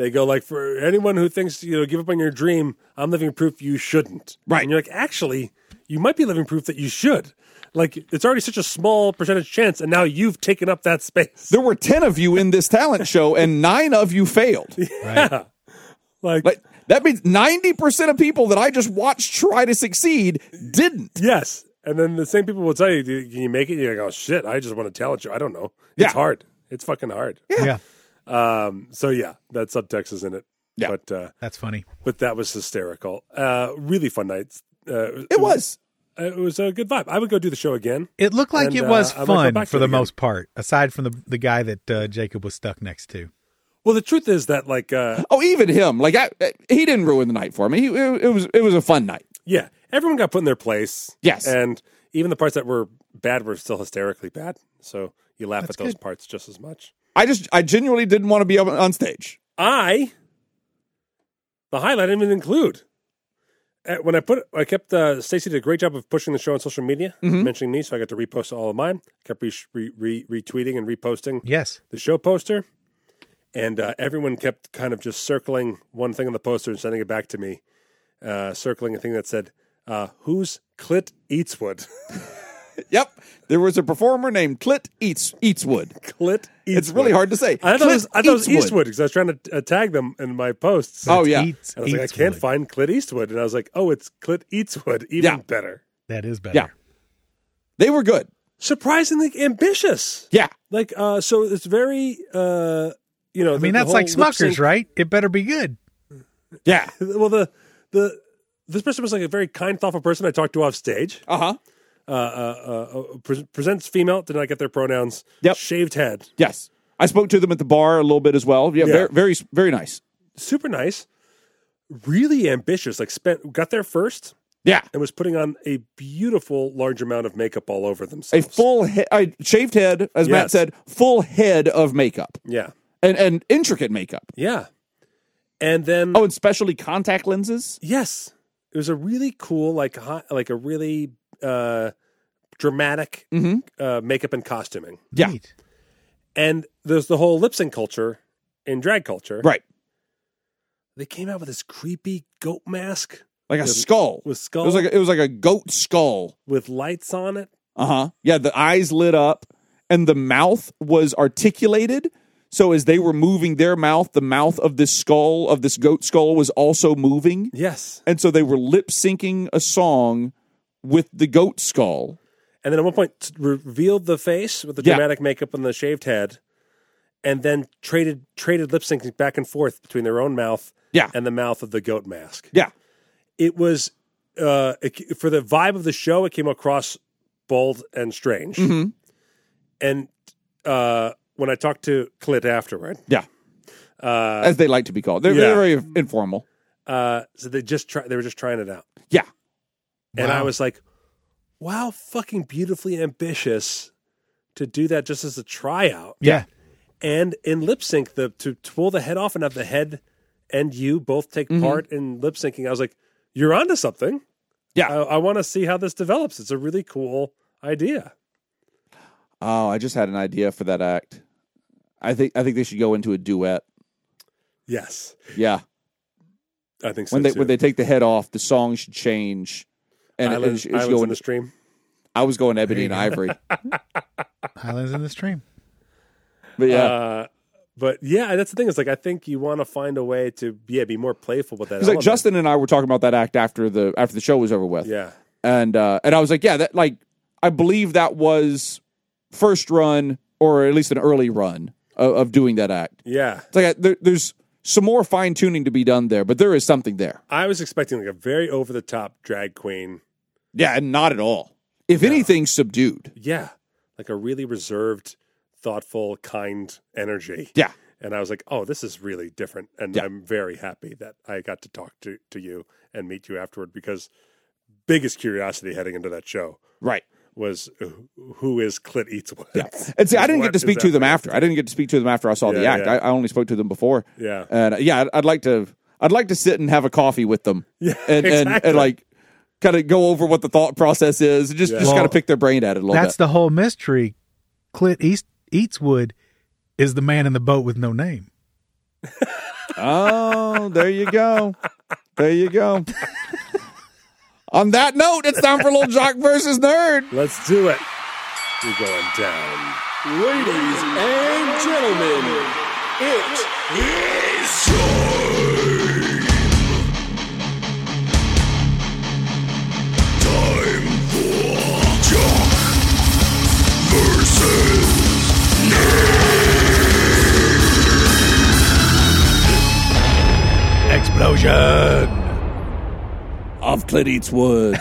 They go like, for anyone who thinks you know, give up on your dream, I'm living proof you shouldn't. Right. And you're like, actually, you might be living proof that you should. Like, it's already such a small percentage chance, and now you've taken up that space. There were 10 of you in this talent show, and nine of you failed. Like, Like, that means 90% of people that I just watched try to succeed didn't. yes. And then the same people will tell you, "Do- can you make it? You're like, oh shit, I just want to talent show. I don't know. Yeah. It's hard. It's fucking hard. yeah. Um, so yeah, that subtext is in it. Yeah. But uh, That's funny. but that was hysterical. Uh, really fun nights. Uh, It was. It was a good vibe. I would go do the show again. It looked like And, it was uh, I might go fun back for to it the again. most part, aside from the the guy that uh, Jacob was stuck next to. Well, the truth is that like uh, Oh, even him. Like, I, I- he didn't ruin the night for me. He, it, it was, it was a fun night. yeah, everyone got put in their place. Yes. and even the parts that were bad were still hysterically bad. So you laugh at those parts just as much. I just, I genuinely didn't want to be up on stage. I the highlight I didn't even include. Uh, When I put, I kept uh, Stacy did a great job of pushing the show on social media, Mm-hmm. mentioning me, so I got to repost all of mine. Kept re- re- re- retweeting and reposting Yes. the show poster, and uh, everyone kept kind of just circling one thing on the poster and sending it back to me, uh, circling a thing that said, uh, "Who's Clit Eatswood?" Yep. There was a performer named Clit Eats, Eatswood. Clit. Eatswood. It's really hard to say. I thought, it was, I thought it was Clit Eastwood because I was trying to uh, tag them in my posts. Oh, yeah. Eats- And I was like, I eats can't wood. find Clit Eastwood. And I was like, oh, it's Clit Eastwood. Even Yeah. better. That is better. Yeah. They were good. Surprisingly ambitious. Yeah. Like, uh, so it's very, uh, you know, I mean, that's like Smuckers, right? It better be good. Yeah. Well, the, the, this person was like a very kind, thoughtful person I talked to off stage. Uh huh. Uh, uh, uh, uh, pre- presents female, did not get their pronouns. Yep. Shaved head. Yes. I spoke to them at the bar a little bit as well. Yeah, Yeah. Very, very, very nice. Super nice. Really ambitious. Like, spent, got there first. Yeah. and was putting on a beautiful large amount of makeup all over A themselves. full he- I shaved head, as Matt Yes. said, full head of makeup yeah, and, and intricate makeup. yeah, and then Oh, and specialty contact lenses. yes, it was a really cool, like hot, like a really uh, dramatic Mhm. uh, makeup and costuming, Yeah. Neat. and there's the whole lip sync culture in drag culture. Right. They came out with this creepy goat mask Like a With- skull. with skull It was like a, it was like a goat skull. with lights on it. Uh huh. Yeah. The eyes lit up, and the mouth was articulated. So as they were moving their mouth, the mouth of this skull of this goat skull was also moving. Yes, and so they were lip syncing a song with the goat skull. and then at one point t- re- revealed the face with the Yeah. dramatic makeup and the shaved head, and then traded traded lip syncs back and forth between their own mouth Yeah. and the mouth of the goat mask. Yeah, It was uh, it, for the vibe of the show. It came across bold and strange. Mhm. And uh, when I talked to Clit afterward, yeah, uh, as they like to be called. They're, yeah. they're very informal. uh, so they just try, they were just trying it out, Yeah, and I Wow. was like, "Wow, fucking beautifully ambitious." To do that just as a tryout, Yeah. and in lip sync the to pull the head off and have the head and you both take Mm-hmm. part in lip syncing i was like you're onto something yeah. i, I want to see how this develops it's a really cool idea oh, I just had an idea for that act. I think I think they should go into a duet. yes Yeah, i think so when they too. when they take the head off, the song should change. And it- Island- it, should- it should Islands go in in, the stream I was going ebony and ivory, Highlands in the stream. but yeah, uh, but yeah that's the thing it's like i think you want to find a way to yeah be more playful with that because like element. Justin and I were talking about that act after the after the show was over with. yeah and uh, and I was like, yeah, that like I believe that was first run or at least an early run of, of doing that act. yeah It's like I, there, there's some more fine tuning to be done there, but there is something there. i was expecting like a very over the top drag queen Yeah, and not at all. If anything, subdued. yeah like a really reserved thoughtful kind energy Yeah, and I was like, "Oh, this is really different." And Yeah. I'm very happy that I got to talk to to you and meet you afterward because biggest curiosity heading into that show right. was who- who is Clit Eastwood. Yeah, and see, I didn't What get to is speak to them happening? after. I didn't get to speak to them after I saw the Yeah, act. yeah. I, I only spoke to them before. Yeah. and uh, yeah, I'd, I'd like to. I'd like to sit and have a coffee with them. Yeah, and and, exactly. and like kind of go over what the thought process is. and Just Yeah. just kind Well, of pick their brain at it a little That's bit. the whole mystery. Clint East Eatswood is the man in the boat with no name. Oh, there you go. There you go. On that note, it's time for Little Jock versus Nerd. Let's do it. You're going down. Ladies and gentlemen, it is time. Time for Jock versus Explosion. of Clint Eastwood.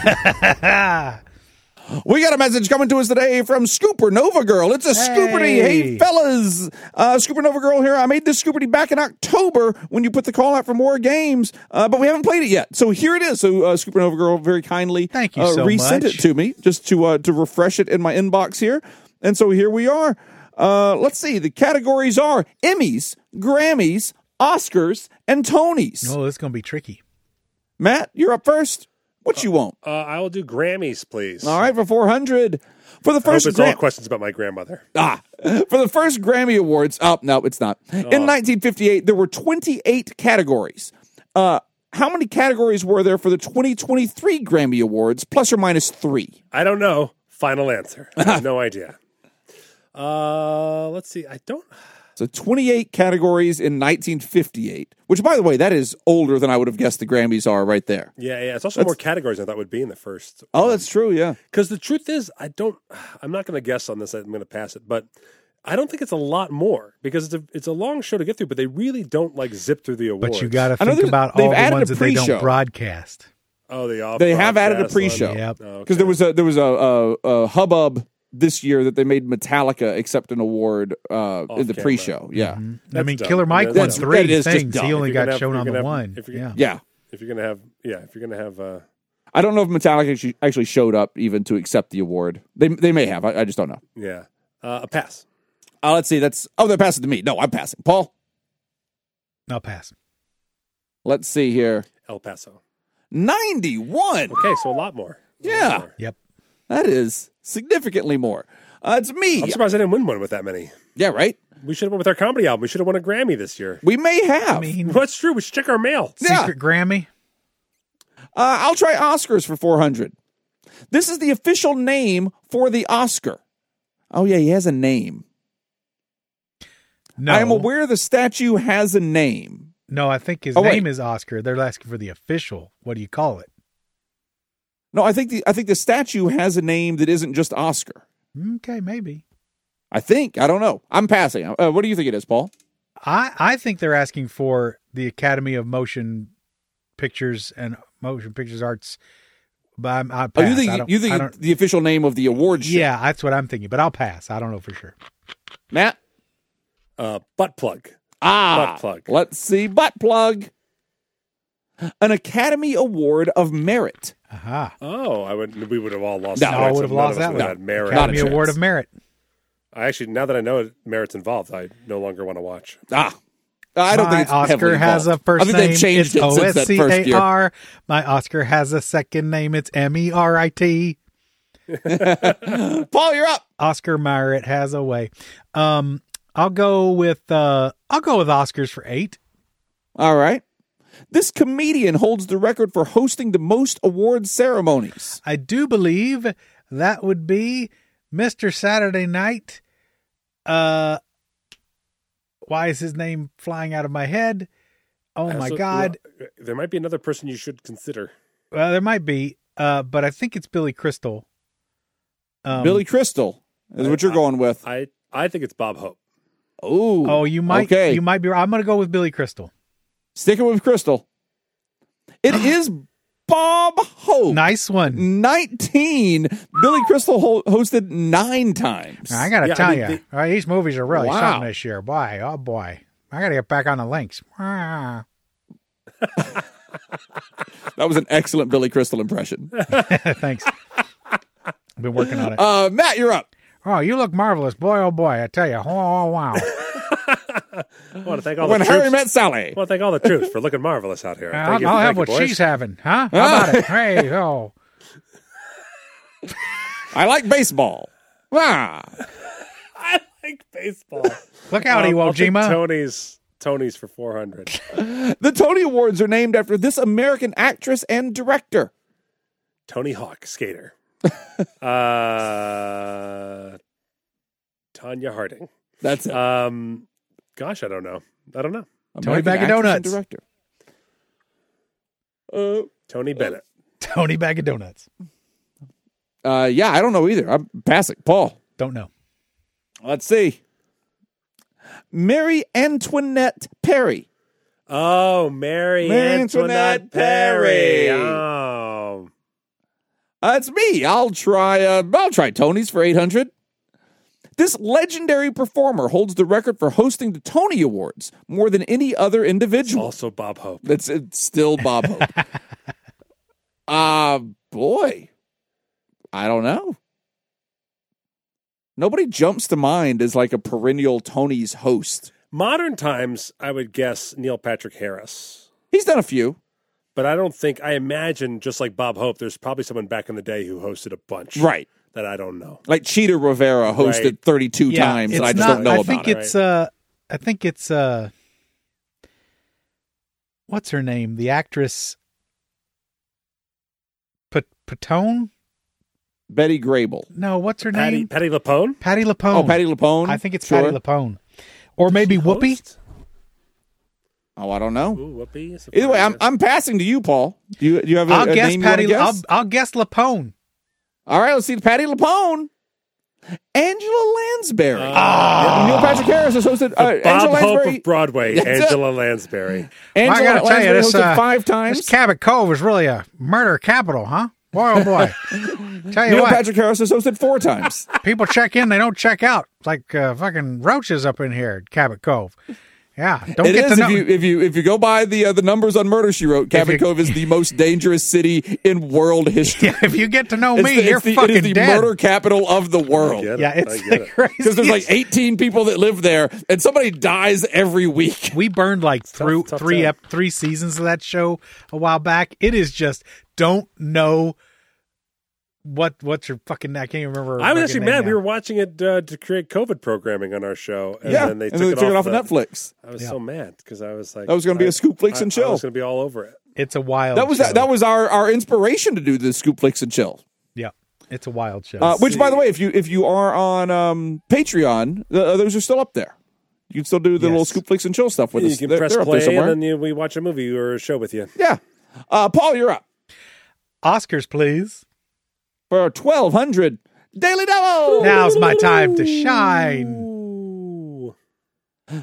We got a message coming to us today from Scooper Nova Girl. It's a Scooperty. Hey, Hey. fellas. Uh, Scooper Nova Girl here. I made this Scooperty back in October when you put the call out for more games, uh, but we haven't played it yet. So here it is. So uh, Scooper Nova Girl very kindly Thank you uh, so resent much. it to me just to, uh, to refresh it in my inbox here. And so here we are. Uh, let's see. The categories are Emmys, Grammys, Oscars, and Tonys. Oh, it's gonna be tricky. Matt, you're up first. What you want? Uh, I will do Grammys, please. All right, for 400. For the I hope first it's all Gram- questions about my grandmother. Ah, for the first Grammy Awards. Oh, no, it's not. In 1958, there were 28 categories. Uh, how many categories were there for the 2023 Grammy Awards, plus or minus three? I don't know. Final answer. I have no idea. Uh, let's see. I don't. So 28 categories in 1958, which, by the way, that is older than I would have guessed the Grammys are right there. Yeah, yeah. It's also more categories than I thought would be in the first. Oh, that's true, yeah. Because the truth is, I don't. I'm not going to guess on this. I'm going to pass it. But I don't think it's a lot more because it's a it's a long show to get through. But they really don't like zip through the awards. But you got to I know think there's- about they've all the added a ones that they pre-show. don't broadcast. Oh, the off. They have added a broadcast line. pre-show. Yep. Oh, Because there was a there was a, a, a hubbub this year that they made Metallica accept an award uh, in the camera. pre-show. Yeah, Mm-hmm. I That's mean, dumb. Killer Mike That's- won that three is just things. dumb. He only If you're got gonna have- shown if on you're gonna the have- one. if you're yeah. gonna- yeah. If you're gonna have, yeah, if you're gonna have, uh, I don't know if Metallica actu- actually showed up even to accept the award. They they may have. I, I just don't know. yeah, uh, a pass. Uh, let's see. That's oh, they're passing to me. No, I'm passing. Paul. I'll pass. Let's see here. El Paso. Ninety one. Okay, so a lot more. A lot Yeah. more. Yep. That is significantly more. Uh, it's me. I'm surprised I didn't win one with that many. Yeah, right. We should have went with our comedy album. We should have won a Grammy this year. We may have. I mean, That's true. We should check our mail. yeah. Secret Grammy. Uh, I'll try Oscars for 400. This is the official name for the Oscar. Oh, yeah, he has a name. No, I am aware the statue has a name. No, I think his Oh, wait. name is Oscar. They're asking for the official. What do you call it? No, I think the I think the statue has a name that isn't just Oscar. Okay, maybe. I think. I don't know. I'm passing. Uh, what do you think it is, Paul? I I think they're asking for the Academy of Motion Pictures and Motion Pictures Arts. But I'm, I Oh, pass. you I think don't- you I think don't- the official name of the award show? Yeah, that's what I'm thinking. But I'll pass. I don't know for sure. Matt? Uh, butt plug. Ah. Butt plug. Let's see. Butt plug. An Academy Award of Merit. Aha. Oh, I would. We would have all lost. No, that No, I one, would so have none lost of us that would one. have had merit. Not a Academy Award chance. of Merit. I actually, now that I know it, merit's involved, I no longer want to watch. Ah. I don't My think it's Oscar heavily has a involved. first I think name. they've changed it's it since that first year. O-S-C-A-R. My Oscar has a second name. It's M E R I T. Paul, you're up. Oscar Merit has a way. Um, I'll go with uh, I'll go with Oscars for eight. All right. This comedian holds the record for hosting the most award ceremonies. I do believe that would be Mr. Saturday Night. Uh, why is his name flying out of my head? Oh my Also, God! well, There might be another person you should consider. Well, there might be, uh, but I think it's Billy Crystal. Um, Billy Crystal is what you're going with. I I think it's Bob Hope. Oh, Oh, you might. Okay, You might be. right. I'm going to go with Billy Crystal. sticking with Crystal. It Uh-huh. is Bob Hope. Nice one. 19. Billy Crystal ho- hosted nine times. I got to Yeah, I tell mean, you, the- all right, these movies are really Wow. something this year. Boy, oh boy, I got to get back on the links. Ah. that was an excellent Billy Crystal impression. Thanks. I've been working on it. Uh, Matt, you're up. Oh, you look marvelous, boy! Oh boy, I tell you. Oh, oh, wow. I want to thank all when the Harry troops. met Sally. I want to thank all the troops for looking marvelous out here. Thank I'll, you- I'll thank have you, what boys. she's having, huh? How about it? Hey, oh, I like baseball. Ah. I like baseball. look out, Um, Iwo I'll take Jima. Tony's Tony's for 400. The Tony Awards are named after this American actress and director. Tony Hawk, skater. uh, Tanya Harding. That's uh, it. Um, gosh, I don't know. I don't know. Tony Bag of actress and Donuts. director. Uh, Tony Bennett. Tony Bag of Donuts. Uh, yeah, I don't know either. I'm passing. Paul. Don't know. Let's see. Mary Antoinette Perry. Oh, Mary, Mary Antoinette, Antoinette Perry. Perry. Oh, That's Uh, me. I'll try. Uh, I'll try Tony's for eight hundred. This legendary performer holds the record for hosting the Tony Awards more than any other individual. also Bob Hope. That's it's still Bob Hope. uh boy. I don't know. Nobody jumps to mind as like a perennial Tony's host. Modern times, I would guess Neil Patrick Harris. He's done a few. But I don't think, I imagine, just like Bob Hope, there's probably someone back in the day who hosted a bunch. Right. That I don't know. Like Cheetah Rivera hosted Right. 32 times and it's I just not- don't know I about think it. it's uh I think it's uh what's her name? The actress Pat- Patone? Betty Grable. No, what's her Patty, name? Patty LaPone? Patty LaPone. Oh, Patty LaPone. I think it's sure. Patty LaPone. Or maybe Whoopi. Host? Oh, I don't know. Ooh, Whoopi. is a Either way, I'm fine guess. I'm passing to you, Paul. Do you do you have a, I'll a guess name you wanna Patty guess? I'll, I'll guess LaPone. All right, let's see. Patty LaPone. Angela Lansbury. Ah. Neil Patrick Harris has hosted uh, The Bob Angela Hope Lansbury. of Broadway, That's it. Angela Lansbury. Angela I gotta tell you, Lansbury this, hosted uh, five This times. Cabot Cove is really a murder capital, huh? Boy, oh boy. tell you Neil what, Patrick Harris has hosted four times. people check in, they don't check out. It's like uh, fucking roaches up in here at Cabot Cove. Yeah, don't It get is to know. if you if you if you go by the uh, the numbers on Murder She Wrote, Cabot you- Cove is the most dangerous city in world history. Yeah, if you get to know It's me, the, it's you're the- fucking it is the dead. murder capital of the world. Get it. Yeah, I it's get the it. craziest. Because there's like 18 people that live there, and somebody dies every week. we burned like through tough three time. ep- three seasons of that show a while back. It is just don't know what what's your fucking I can't remember. her I was fucking actually name mad. We now. were watching it uh, to create COVID programming on our show, and yeah, then they and took, then it, took off of the- Netflix. I was so mad because I was like, That was gonna be I- a Scoop, Licks, I- and I Chill. was going to be all over it. It's a wild. That was show. that, that was our, our inspiration to do the Scoop Flicks and Chill. yeah. It's a wild show. Uh, which, by the way, if you if you are on um, Patreon, th- uh, those are still up there. You can still do the little Yes. scoop, flicks, and chill stuff with You us. can They're, press they're up there play, somewhere. and then you, we watch a movie or a show with you. yeah, uh, Paul, you're up Oscars, please. for twelve hundred Daily Double. Now's my time to shine. Ooh.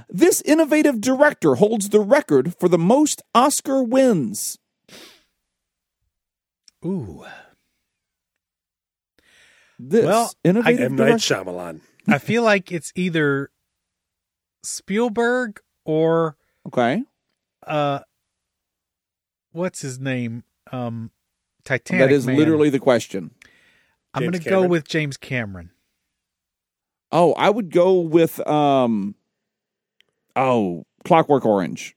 this innovative director holds the record for the most Oscar wins. Ooh, This Well, I- innovative M. Night director. Shyamalan. I feel like it's either Spielberg or Okay, uh, what's his name? Um, Titanic. that is man. literally the question. I'm James going to go Cameron. with James Cameron. Oh, I would go with um, oh, Clockwork Orange.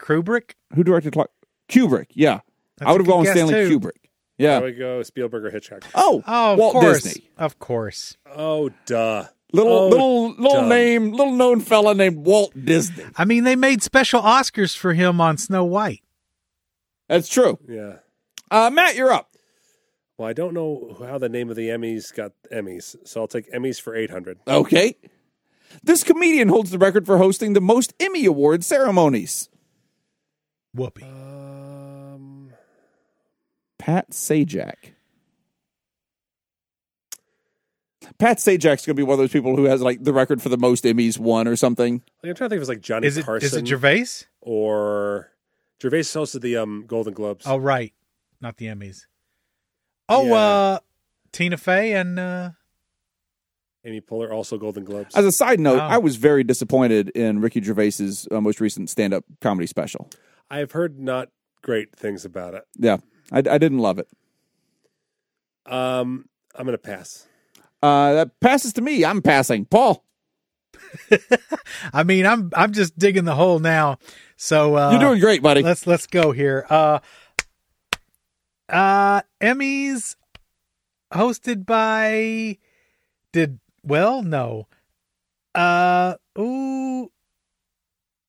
Kubrick. Who directed Clock? Kubrick. Yeah, That's I a would have good gone with guess, Stanley too. Kubrick. Yeah, I would go Spielberg or Hitchcock. Oh, Oh, of Walt course. Disney. Of course. Oh, duh. Little Oh, little little duh. name, little known fella named Walt Disney. I mean, they made special Oscars for him on Snow White. That's true. Yeah. Uh, Matt, you're up. Well, I don't know how the name of the Emmys got Emmys, so I'll take Emmys for 800. Okay. This comedian holds the record for hosting the most Emmy Award ceremonies. Whoopee. Uh, Um, Pat Sajak. Pat Sajak's gonna be one of those people who has like the record for the most Emmys won or something. like, I'm trying to think if it was like Johnny Is it Carson is it Gervais? or Gervais hosted the um, Golden Globes. Oh, right. Not the Emmys. Oh, Yeah. uh, Tina Fey and uh, Amy Poehler also Golden Globes. As a side note, Oh. I was very disappointed in Ricky Gervais's uh, most recent stand-up comedy special. I've heard not great things about it. Yeah, I, I didn't love it. Um, I'm gonna pass. Uh, that passes to me. I'm passing. Paul, I mean, I'm I'm just digging the hole now. So uh, you're doing great, buddy. Let's let's go here. Uh, uh, Emmys hosted by did well no. Uh ooh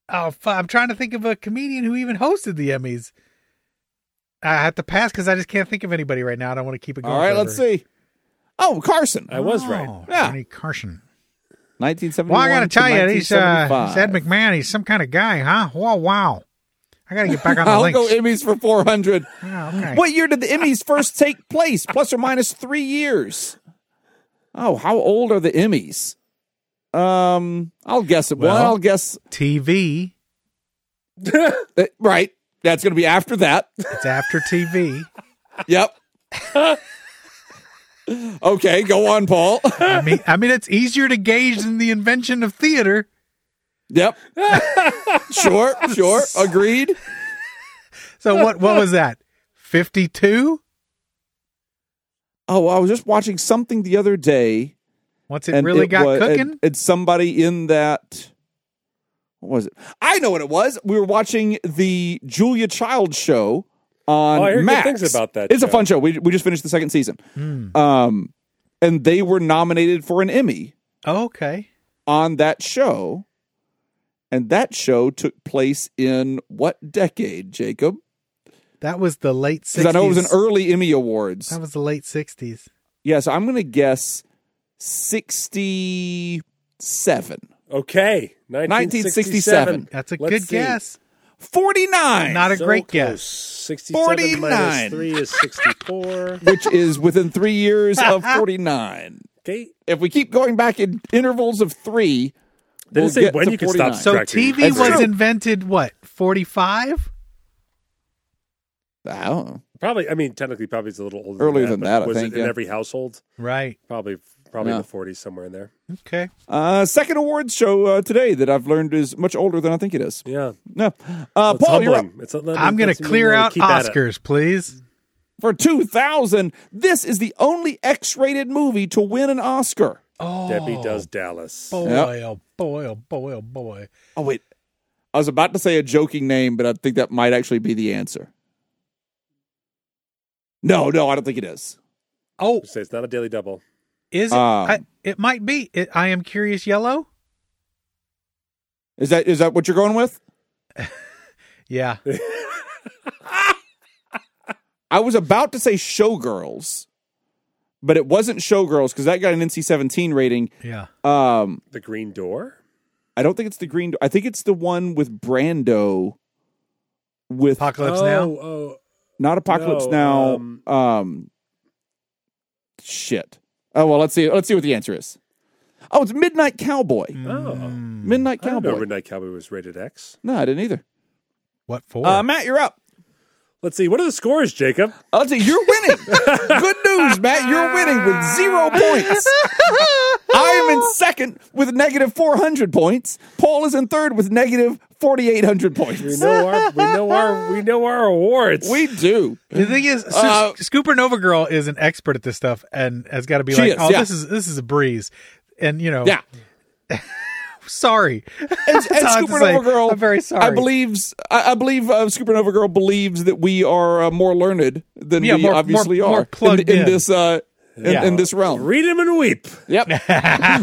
Oh, fu- I'm trying to think of a comedian who even hosted the Emmys. I have to pass because I just can't think of anybody right now. I don't want to keep it going. All right, let's forever. see. Oh, Carson. I was right. Oh, Yeah. Johnny Carson. 1971. Well, I got to tell you, he's uh, 1975. Ed McMahon. He's some kind of guy, huh? Wow, wow. I got to get back on the I'll links. go Emmys for 400. Oh, okay. What year did the Emmys first take place? Plus or minus three years. Oh, how old are the Emmys? Um, I'll guess it. Well, Well- I'll guess TV. uh, right. That's going to be after that. It's after TV. Yep. okay, go on, Paul. I mean, I mean, it's easier to gauge than the invention of theater. Yep. sure, sure. Agreed. So what? What was that? Fifty-two. Oh, I was just watching something the other day. Once it really got wa- cooking. and- and somebody in that. What was it? I know what it was. We were watching the Julia Child show on Oh, I heard good Max. things about that It's a show. Hmm. fun show. We we just finished the second season. Um, and they were nominated for an Emmy okay. on that show, and that show took place in what decade, Jacob? That was the late Because sixties. I know it was an early Emmy Awards. That was the late sixties. yeah, so I'm going to guess sixty-seven. Okay. 1967. That's a Let's good see. guess. 49. Not a So great close. guess. 67 49. minus 3 is 64. which is within three years of 49. okay. If we keep going back in intervals of three, They we'll didn't say get when to you can stop 49. So Correct. TV That's was true. invented what forty five? I don't know. Probably, I mean, technically, probably it's a little older. Earlier than than that, but that, I was think, it in yeah. every household? Right. Probably, probably in Yeah. the 40s, somewhere in there. Okay. Uh, second awards show uh, today that I've learned is much older than I think it is. Yeah. No, uh, It's Paul, you're up. humbling. It's a- that- I'm gonna that's- you clear uh, gotta out keep at it. Oscars, please. for 2000. This is the only X-rated movie to win an Oscar. Oh, Debbie does Dallas. Boy, Yep. oh boy, oh boy, oh boy. Oh wait, I was about to say a joking name, but I think that might actually be the answer. No, no, I don't think it is. Oh, Say it's not a daily double. is it? Um, I, it might be. It, I am curious. Yellow. Is that is that what you're going with? Yeah. I was about to say Showgirls, but it wasn't Showgirls because that got an NC-17 rating. Yeah. Um, The Green Door? I don't think it's the Green. I think it's the one with Brando. With Apocalypse oh, Now. Oh, not Apocalypse No, Now. Um, um, shit. Oh well, let's see. Let's see what the answer is. Oh, it's Midnight Cowboy. oh. Midnight I didn't know Cowboy. Midnight Cowboy was rated X. no, I didn't either. What for? Uh, Matt, you're up. Let's see. What are the scores, Jacob? I'll tell you, you're winning. Good news, Matt. You're winning with zero points. I am in second with negative 400 points. Paul is in third with negative 4,800 We points. know our, we know our, we know our awards. We do. The thing is, Sco- Uh, Scooper Nova Girl is an expert at this stuff and has got to be She like, is, "Oh, yeah. this is this is a breeze," and you know, Yeah. Sorry, And, all I and have to Scooper say. Nova Girl, I'm very sorry. I believes. I, I believe uh, Scooper Nova Girl believes that we are uh, more learned than Yeah, we more- obviously more- more are in, plugged in in. this uh, in, Yeah. in this realm. Read them and weep. Yep, we've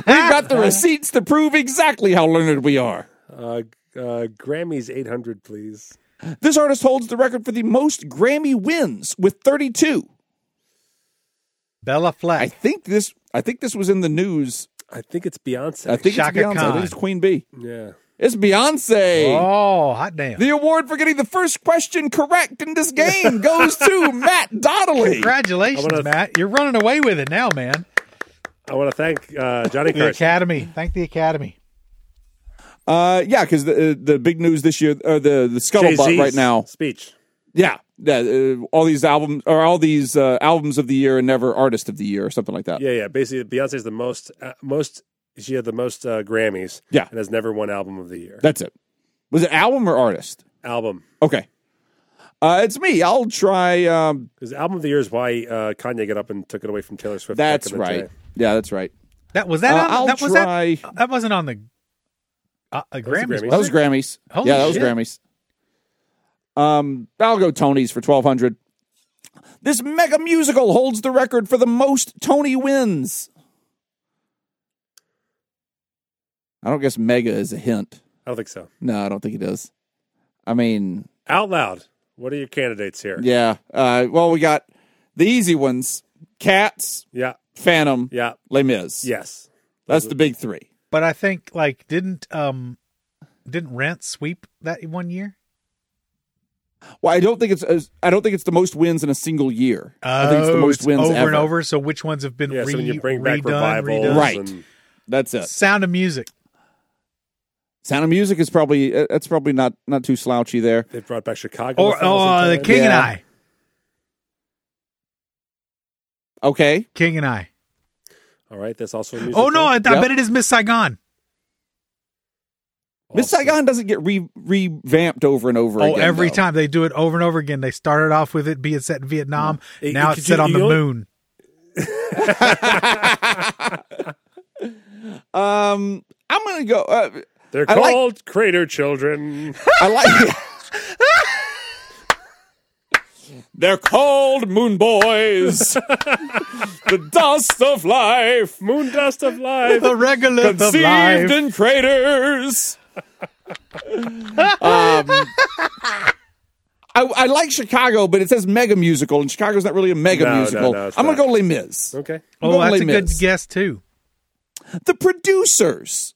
got the receipts to prove exactly how learned we are. Uh, uh, Grammys 800, please. This artist holds the record for the most Grammy wins with 32. Bella I Fleck. think this. I think this was in the news. I think it's Beyonce. I think Shaka it's Beyonce. I Khan. think it's Queen B. Yeah. It's Beyonce. oh, hot damn! The award for getting the first question correct in this game goes to Matt Donnelly. Congratulations, I wanna- Matt. You're running away with it now, man. I want to thank uh, Johnny The Carson. Academy. Thank the Academy. Uh, yeah, because the the big news this year, or the the scuttlebutt Jay-Z's right now. Speech. Yeah, yeah, uh, all these albums or all these uh, albums of the year and never artist of the year or something like that. Yeah, yeah. Basically, Beyonce's the most, uh, most. She had the most uh, Grammys. Yeah. and has never won album of the year. That's it. Was it album or artist? album Okay, uh, it's me. I'll try. Um, because album of the year is why uh, Kanye got up and took it away from Taylor Swift. back that's in the day. right. Yeah, that's right. That was that. Uh, on, I'll that was try- that. That wasn't on the uh, uh, was the Grammys. Grammys. That was Grammys. Holy yeah, that shit. was Grammys. Um, I'll go Tony's for twelve hundred. This mega musical holds the record for the most Tony wins. I don't guess mega is a hint. I don't think so. No, I don't think he does. I mean, Out loud. What are your candidates here? yeah. Uh, well, we got the easy ones: Cats, Yeah. Phantom, Yeah. Les Mis. Yes. that's the big three. But I think like didn't um didn't Rent sweep that one year? Well, I don't think it's as- I don't think it's the most wins in a single year. I think it's the Oh, most wins over ever. and over. So which ones have been Yeah, re- so when you bring back redone, revivals redone? Right. and- That's it. Sound of Music. Sound of Music is probably uh, that's probably not not too slouchy there. They brought back Chicago. Or a thousand oh, uh, the times. King and Yeah. I. Okay, King and I. All right, that's also a musical. Oh no, I, I Yep. bet it is Miss Saigon. Miss Also- Saigon doesn't get re revamped over and over. Oh, again, every though. time they do it over and over again. They started off with it being set in Vietnam. It- now it it's could set do- on the you know- moon. Um, I'm gonna go. Uh, They're I like- called Crater Children. I like. They're called Moon Boys. the dust of life, Moon dust of life. The regular of life. in craters. um, I, I like Chicago, but it says mega musical, and Chicago's not really a mega No, no, musical. no, it's I'm gonna not. go Les Mis. okay. oh, that's a Les good Mis. guess too. The producers.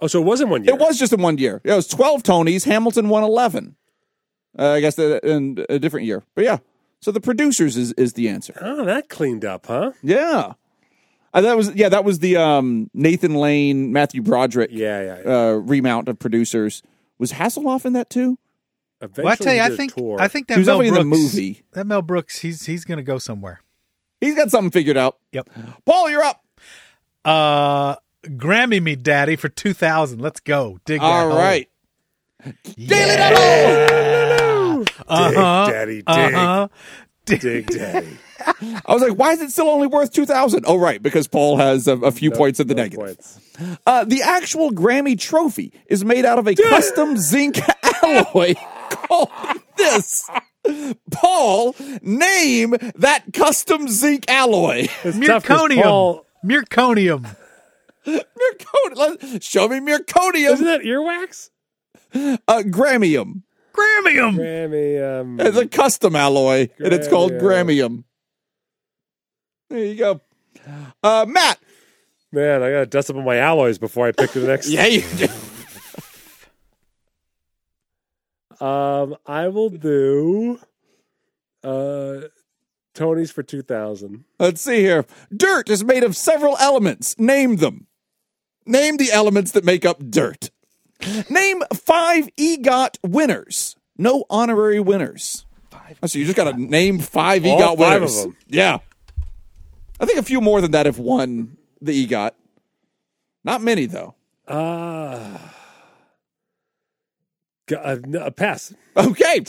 Oh, so it wasn't one year. It was just in one year. It was 12 Tonys. Hamilton won 11. Uh, I guess that in a different year. But yeah. So the producers is, is the answer. Oh, that cleaned up, huh? Yeah. Uh, that was yeah, that was the um, Nathan Lane, Matthew Broderick Yeah, yeah. yeah. uh, remount of producers. Was Hasselhoff in that too? Eventually, Well, I tell you, he I did a think tour. I think that He was Mel definitely Brooks, in the movie. That Mel Brooks, he's he's gonna go somewhere. He's got something figured out. Yep. Paul, you're up. Uh Grammy me daddy for two thousand. Let's go. Dig that All oh. hole. right. Daily Yeah. Double! Uh-huh. Dig, daddy, dig. Uh-huh. Dig Daddy. I was like, why is it still only worth 2,000? Oh, right, because Paul has a, a few points at the No negative. points. Uh, the actual Grammy trophy is made out of a custom zinc alloy called this. Paul, name that custom zinc alloy. It's tough 'cause Myrconium. Paul- Myrconium. Mercon- let- Show me Isn't merconium. that earwax? Uh, Grammium. Grammium. Grammy. Um, It's a custom alloy, and it's called Grammium. Grammium. There you go. Uh, Matt. man, I got to dust up on my alloys before I pick the next. you Um, I will do uh, Tony's for 2000. Let's see here. Dirt is made of several elements. Name them. Name the elements that make up dirt. Name five EGOT winners. No honorary winners. Five so you just got to name five All EGOT five of winners. them. Yeah. I think a few more than that have won the EGOT. Not many, though. Uh, g- uh, no, a pass. Okay.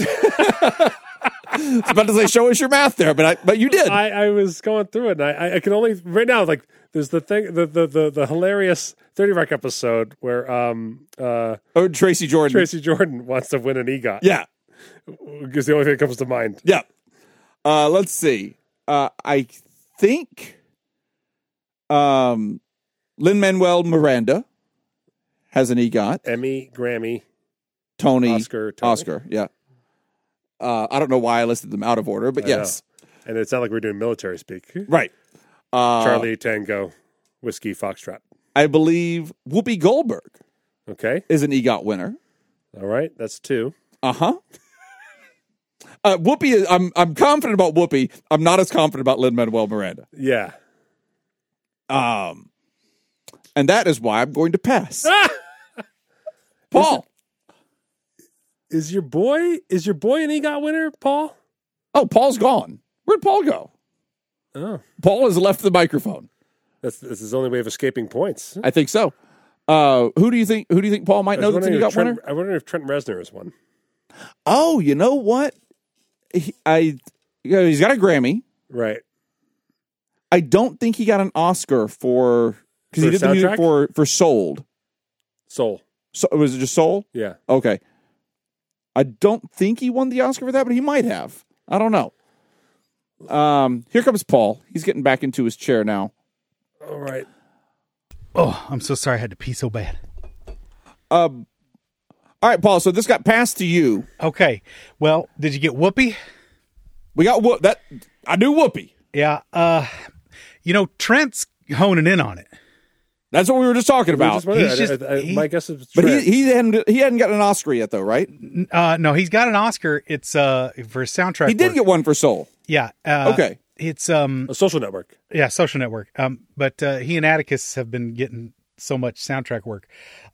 I was about to say, show us your math there, but I, but you did. I, I was going through it, and I, I- I can only right now like there's the thing the the the, the hilarious Thirty Rock episode where um uh oh, Tracy Jordan. Tracy Jordan wants to win an EGOT. Yeah. because the only thing that comes to mind. Yeah. Uh, let's see. Uh, I think um, Lin Manuel Miranda has an E EGOT. Emmy, Grammy, Tony Eh, Oscar, Tony. Oscar. Yeah. Uh, I don't know why I listed them out of order, but I yes, and it's not like we're doing military speak. right. Uh, Charlie Tango, Whiskey Foxtrot. I believe Whoopi Goldberg Okay, is an E EGOT winner. all right, that's two. Uh-huh. Uh Whoopi is. I'm. I'm confident about Whoopi. I'm not as confident about Lin Manuel Miranda. Yeah, Um, and that is why I'm going to pass. Paul. is your boy is your boy an EGOT winner, Paul? Oh, Paul's gone. Where'd Paul go? Oh, Paul has left the microphone. that's that's his only way of escaping points. I think so. Uh, who do you think? Who do you think Paul might I know was that's an wondering if EGOT winner? Trent- I wonder if Trent Reznor is one. Oh, you know what? He, I. you know, He's got a Grammy. Right. I don't think he got an Oscar for because For he did the soundtrack? music for for Sold. Soul. So was it just Soul? Yeah. Okay. I don't think he won the Oscar for that, but he might have. I don't know. Um, here comes Paul. He's getting back into his chair now. All right. Oh, I'm so sorry I had to pee so bad. Um, All right, Paul. So this got passed to you. Okay. Well, did you get Whoopi? We got Whoop. That I knew Whoopi. Yeah. Uh, you know Trent's honing in on it. That's what we were just talking We were about. just wondering. I- I- I- my guess is but he Trent. he hadn't he hadn't gotten an Oscar yet though, right? Uh, no, he's got an Oscar. It's uh for his soundtrack. He did work. get one for Soul. Yeah. Uh, Okay. It's um a social network. Yeah, social network. Um, but uh, he and Atticus have been getting so much soundtrack work.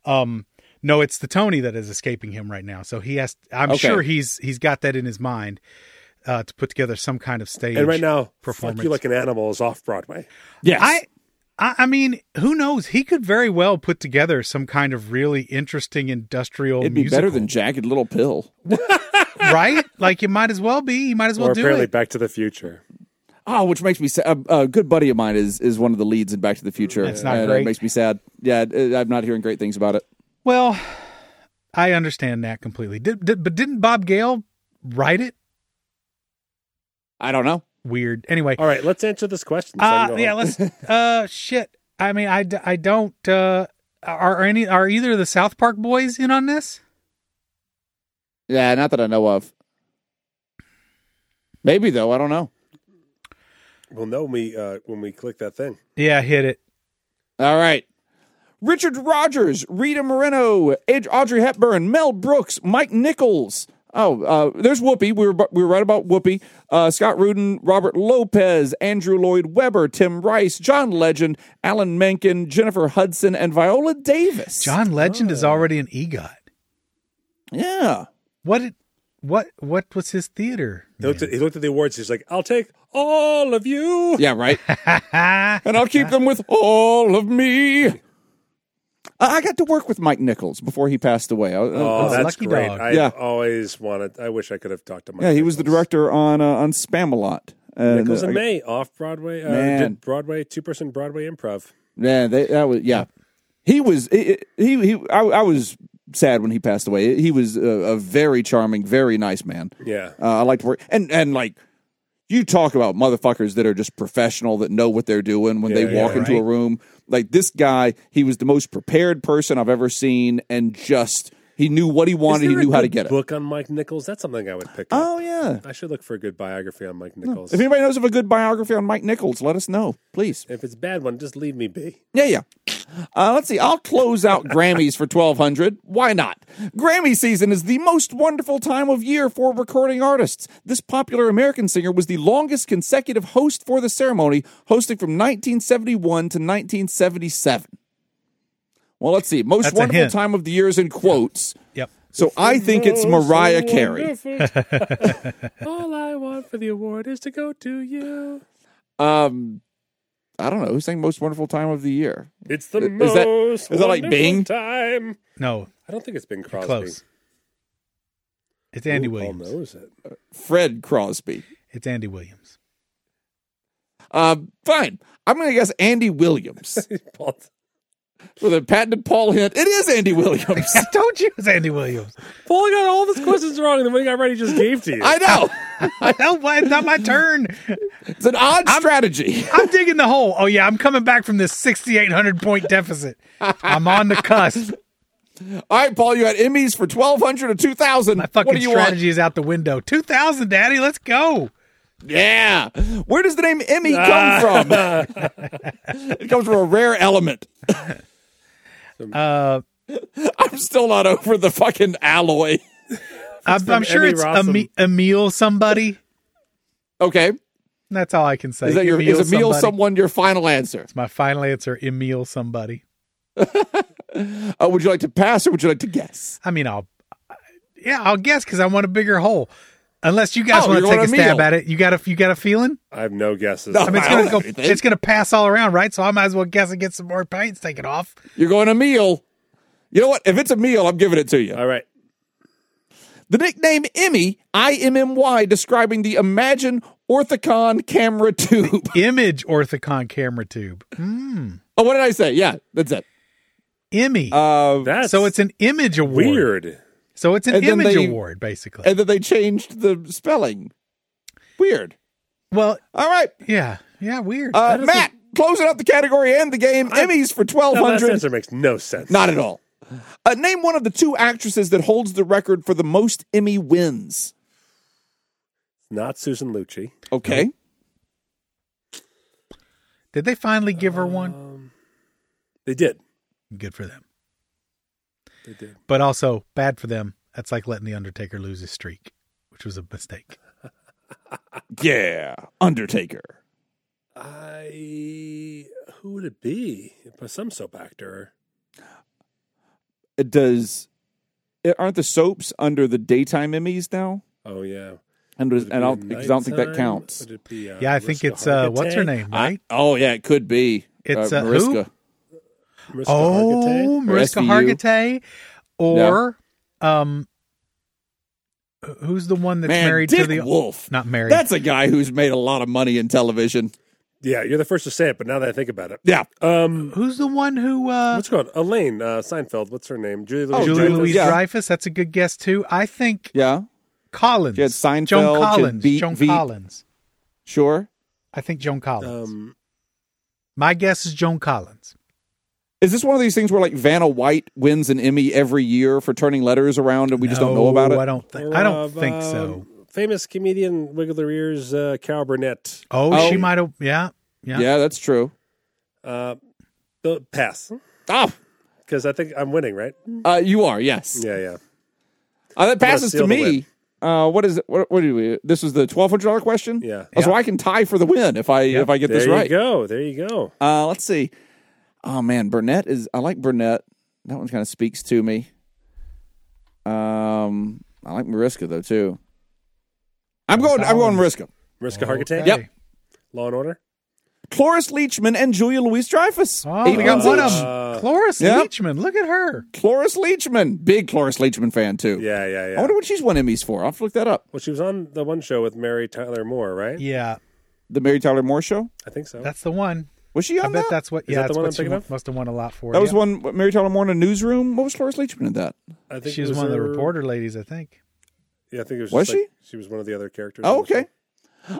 Um, no, it's the Tony that is escaping him right now. So he has. I'm Okay. sure he's he's got that in his mind uh, to put together some kind of stage. and right now, performance. Fuck You Like an Animal is off Broadway. Yes. I, I I mean, who knows? He could very well put together some kind of really interesting industrial. It'd be better musical, than Jagged Little Pill. right. Like you might as well be. You might as well or do apparently it. Back to the Future. Oh, which makes me sad. A, a good buddy of mine is is one of the leads in Back to the Future. That's not and great. It makes me sad. Yeah, it- I'm not hearing great things about it. Well, I understand that completely. Did, did but didn't Bob Gale write it? I don't know. Weird. Anyway, All right, let's answer this question. so I can Uh, go yeah, home. let's. Uh, shit. I mean, I, d- I don't. Uh, are, are any are either of the South Park boys in on this? Yeah, not that I know of. Maybe though, I don't know. We'll know when we uh, when we click that thing. Yeah, hit it. All right. Richard Rogers, Rita Moreno, Ed- Audrey Hepburn, Mel Brooks, Mike Nichols. Oh, uh, there's Whoopi. We were bu- we were right about Whoopi. Uh, Scott Rudin, Robert Lopez, Andrew Lloyd Webber, Tim Rice, John Legend, Alan Menken, Jennifer Hudson, and Viola Davis. John Legend is already an EGOT. Yeah. What? Did, what? What was his theater? He looked, at, he looked at the awards. He's like, "I'll take all of you." Yeah, right. Ah, and I'll keep them with all of me. I- I got to work with Mike Nichols before he passed away. I- I- Oh, Oh, that's lucky great! dog. I Yeah. always wanted. I wish I could have talked to Mike. yeah, he was the Nichols. director on uh, on Spam a lot. And, Oh. Nichols uh, and May off Broadway. Uh, Man. Did Broadway two person Broadway improv. Yeah, they, that was yeah. He was he he. he I, I was sad when he passed away. He was a, a very charming, very nice man. Yeah, Uh, I liked work and and like you talk about motherfuckers that are just professional that know what they're doing when they Yeah, yeah, walk into a room. Like this guy, he was the most prepared person I've ever seen, and just he knew what he wanted. Is He there a knew how to good get it. Book on Mike Nichols. That's something I would pick. up. Oh yeah. I should look for a good biography on Mike Nichols. If anybody knows of a good biography on Mike Nichols, let us know, please. If it's a bad one, just leave me be. Yeah, yeah. Uh, let's see. I'll close out Grammys for 1200. Why not? Grammy season is the most wonderful time of year for recording artists. This popular American singer was the longest consecutive host for the ceremony, hosting from 1971 to 1977. Well, let's see. Most That's a wonderful hint. time of the year is in quotes. yep. So I think it's Mariah Carey. Oh, All I want for the award is to go to you. Um, I don't know. Who sang most wonderful time of the year? It's the Is most. that- is that like wonderful Bing? Time. No, I don't think it's Bing Crosby. close. It's Andy Ooh, Paul Williams. knows it. Fred Crosby. It's Andy Williams. Uh, fine. I'm going to guess Andy Williams Paul- with a patented Paul hint. It is Andy Williams. I told you it was Andy Williams. Paul got all of his questions wrong, and the one he got right, he just gave to you. I know. I know why it's not my turn. It's an odd strategy. I'm digging the hole. Oh yeah, I'm coming back from this 6,800 point deficit. I'm on the cusp. All right, Paul, you had Emmys for 1200 or 2000. My what fucking do you strategy is out the window. 2000, Daddy, let's go. want? Yeah. Where does the name Emmy Ah. come from? it comes from a rare element. Uh, I'm still not over the fucking alloy. I'm, I'm sure Emmy it's Rossum. Emi- Emil somebody. Okay. That's all I can say. Is that your Emil is a meal somebody. someone your final answer? My final answer, Emil somebody. Uh, would you like to pass or would you like to guess? I mean, I'll, yeah, I'll guess because I want a bigger hole. Unless you guys Oh, want you're to take a going stab Emil. at it, you got a you got a feeling. I have no guesses. No, I mean, it's I gonna don't go. have anything. It's gonna pass all around, right? So I might as well guess and get some more paints taken off. You're going a meal. You know what? If it's a meal, I'm giving it to you. all right. The nickname Emmy, I M M Y, describing the Imagine Orthicon camera tube. Image orthicon camera tube. Hmm. oh, what did I say? Yeah, that's it. Emmy. Uh, That's so it's an image award. weird. So it's an And then image they- award, basically. and then they changed the spelling. Weird. well, All right, yeah, yeah, weird. uh, That is a- Matt, closing out the category and the game. Emmys for twelve That last hundred. answer makes no sense. Not at all. Uh, name one of the two actresses that holds the record for the most Emmy wins. Not Susan Lucci. Okay. Did they finally give her one? Um, They did. Good for them. They did. But also bad for them. That's like letting the Undertaker lose his streak, which was a mistake. Yeah. Undertaker. I. Who would it be? Some soap actor. It does. it- Aren't the soaps under the daytime Emmys now? Oh yeah. And, was, Would and it I be don't, because I don't think that nighttime? counts. Would it be, uh, yeah, I think Mariska it's uh, what's her Hargitay? name, right? I- oh yeah, it could be. It's, uh, who? Mariska. Mariska oh, Hargitay? Mariska SVU. Hargitay, or um, uh, who's the one that's Man, married to Dick the Wolf. Not married. That's a guy who's made a lot of money in television. Yeah, you're the first to say it, but now that I think about it, Yeah. um, who's the one who uh, what's it called Elaine uh, Seinfeld? What's her name? Julie Louis. Oh, Julie Dreyfus, Louise yeah. Dreyfus? That's a good guess too. I think Yeah. Collins. She had Seinfeld, she Joan had Collins. Veep- Joan Veep. Collins. Sure. I think Joan Collins. Um, My guess is Joan Collins. Is this one of these things where like Vanna White wins an Emmy every year for turning letters around and we just don't know about No, it? I don't think. or, I don't uh, think so. um, Famous comedian Wiggle Their Ears, uh, Carol Burnett. Oh, oh. she might have. Yeah, yeah. Yeah. that's true. Uh, the pass Ah, because I think I'm winning, right? uh, you are. Yes. Yeah, yeah. Uh, that passes to steal the me. Uh, what is it? What, what do we? This was the twelve hundred dollar question. Yeah. Oh, So I can tie for the win if I if I get there this you right. go. There you go. Uh, let's see. Oh man, Burnett is. I like Burnett. That one kind of speaks to me. Um, I like Mariska though too. I'm going. I'm going Mariska. Mariska Hargitay. Okay. Yep. Law and Order. Cloris Leachman and Julia Louise Dreyfus. Oh, we got wins one each. of them. Cloris Yep. Leachman. Look at her. Cloris Leachman, big Cloris Leachman fan too. Yeah, yeah, I yeah. wonder what she's won Emmys for. I'll have to look that up. Well, she was on the one show with Mary Tyler Moore, right? Yeah, The Mary Tyler Moore show. I think so. that's the one. Was she I on bet that? that's what. Is yeah, that the that's one what I'm she thinking wa- of? must have won a lot for. That was yeah. one Mary Tyler Moore in a newsroom. What was Cloris Leachman in that? I think She it was one of the her- reporter ladies, I think. Yeah, I think it was. Was just, like, she? was one of the other characters. Oh, okay.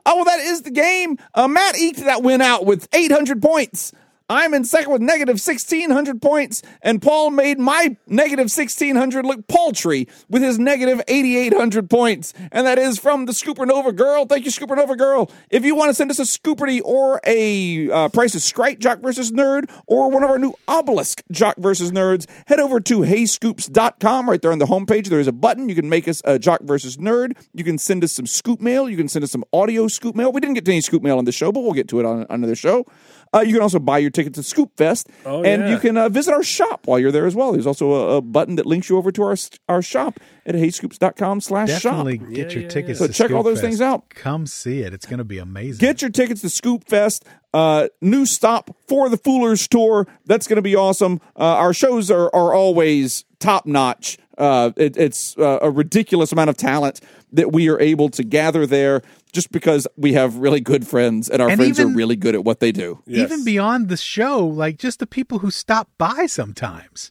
Oh well, that is the game. Uh, Matt eked that win out with 800 points. I'm in second with negative 1600 points, and Paul made my negative 1600 look paltry with his negative 8800 points. And that is from the Scoopernova Girl. Thank you, Scoopernova Girl. If you want to send us a Scooperty or a uh, Price is Strike Jock versus Nerd or one of our new Obelisk Jock versus Nerds, head over to heyscoops.com. Right there on the homepage, there is a button. You can make us a Jock versus Nerd. You can send us some scoop mail. You can send us some audio scoop mail. We didn't get to any scoop mail on the show, but we'll get to it on another show. Uh, you can also buy your ticket to Scoop Fest, Oh, and yeah. you can uh, visit our shop while you're there as well. There's also a, a button that links you over to our st- our shop at heyscoops.com slash shop. Definitely get your tickets. So to check all Scoop those things Fest. out. Come see it. It's going to be amazing. Get your tickets to Scoop Fest. Uh, new stop for the Foolers Tour. That's going to be awesome. Uh, our shows are, are always top notch. Uh, it, it's uh, a ridiculous amount of talent that we are able to gather there just because we have really good friends and our And friends even- are really good at what they do. Yes. Even beyond the show, like just the people who stop by sometimes,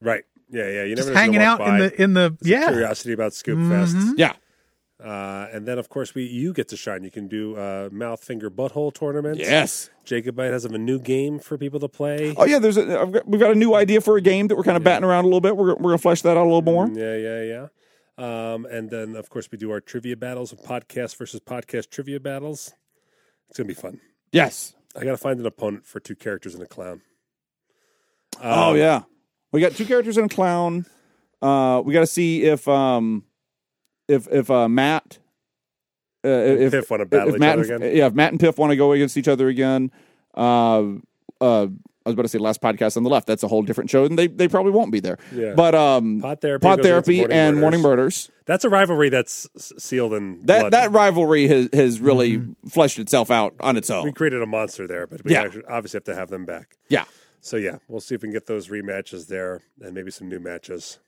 Right. Yeah, yeah. You just never know who's hanging gonna out walk in by. the in the yeah. Mm-hmm. curiosity about Scoop Fest. Yeah. Uh, and then, of course, we you get to shine. You can do uh, mouth, finger, butthole tournaments. Yes. Jacobite has a new game for people to play. Oh yeah, there's a, I've got, we've got a new idea for a game that we're kind of batting around a little bit. We're, we're gonna flesh that out a little more. Yeah, yeah, yeah. Um, and then, of course, we do our trivia battles and podcast versus podcast trivia battles. It's gonna be fun. Yes. I gotta find an opponent for two characters and a clown. Oh Um, yeah, we got two characters and a clown. Uh, we got to see if um, if if uh, Matt, uh, if Piff wanna if- battle if each Matt other and, again? Yeah, if Matt and Piff want to go against each other again. Uh, uh, I was about to say last podcast on the left. That's a whole different show, and they, they probably won't be there. Yeah. But um, Pot Therapy pot goes against therapy, Morning and Murders. morning murders. That's a rivalry that's s- sealed in That blood. Mm-hmm. that rivalry has has really fleshed itself out on its we own. created a monster there, but we Yeah. actually, obviously have to have them back. Yeah. So yeah, we'll see if we can get those rematches there and maybe some new matches.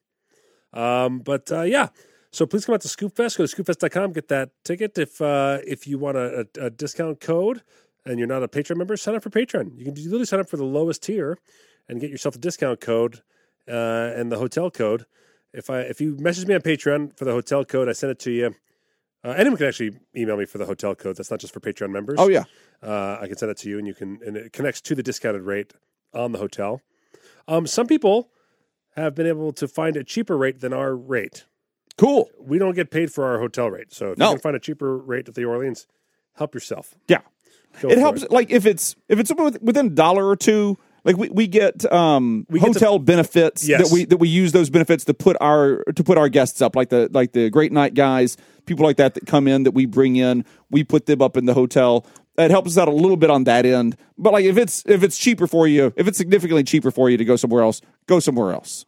Um, but uh, yeah, so please come out to Scoop Fest. Go to scoopfest.com, get that ticket. If uh, if you want a, a, a discount code and you're not a Patreon member, sign up for Patreon. You can literally sign up for the lowest tier and get yourself a discount code uh, and the hotel code. If I if you message me on Patreon for the hotel code, I send it to you. Uh, anyone can actually email me for the hotel code. That's not just for Patreon members. Oh yeah. Uh, I can send it to you, and you can, and it connects to the discounted rate on the hotel. Um, some people have been able to find a cheaper rate than our rate. Cool. We don't get paid for our hotel rate. So if No. you can find a cheaper rate at the Orleans, help yourself. Yeah. Go it for helps it. like if it's if it's with- within a dollar or two like we, we get um get the- hotel benefits Yes. that we that we use those benefits to put our to put our guests up like the like the great night guys people like that that come in that we bring in we put them up in the hotel it helps us out a little bit on that end but like if it's if it's cheaper for you if it's significantly cheaper for you to go somewhere else go somewhere else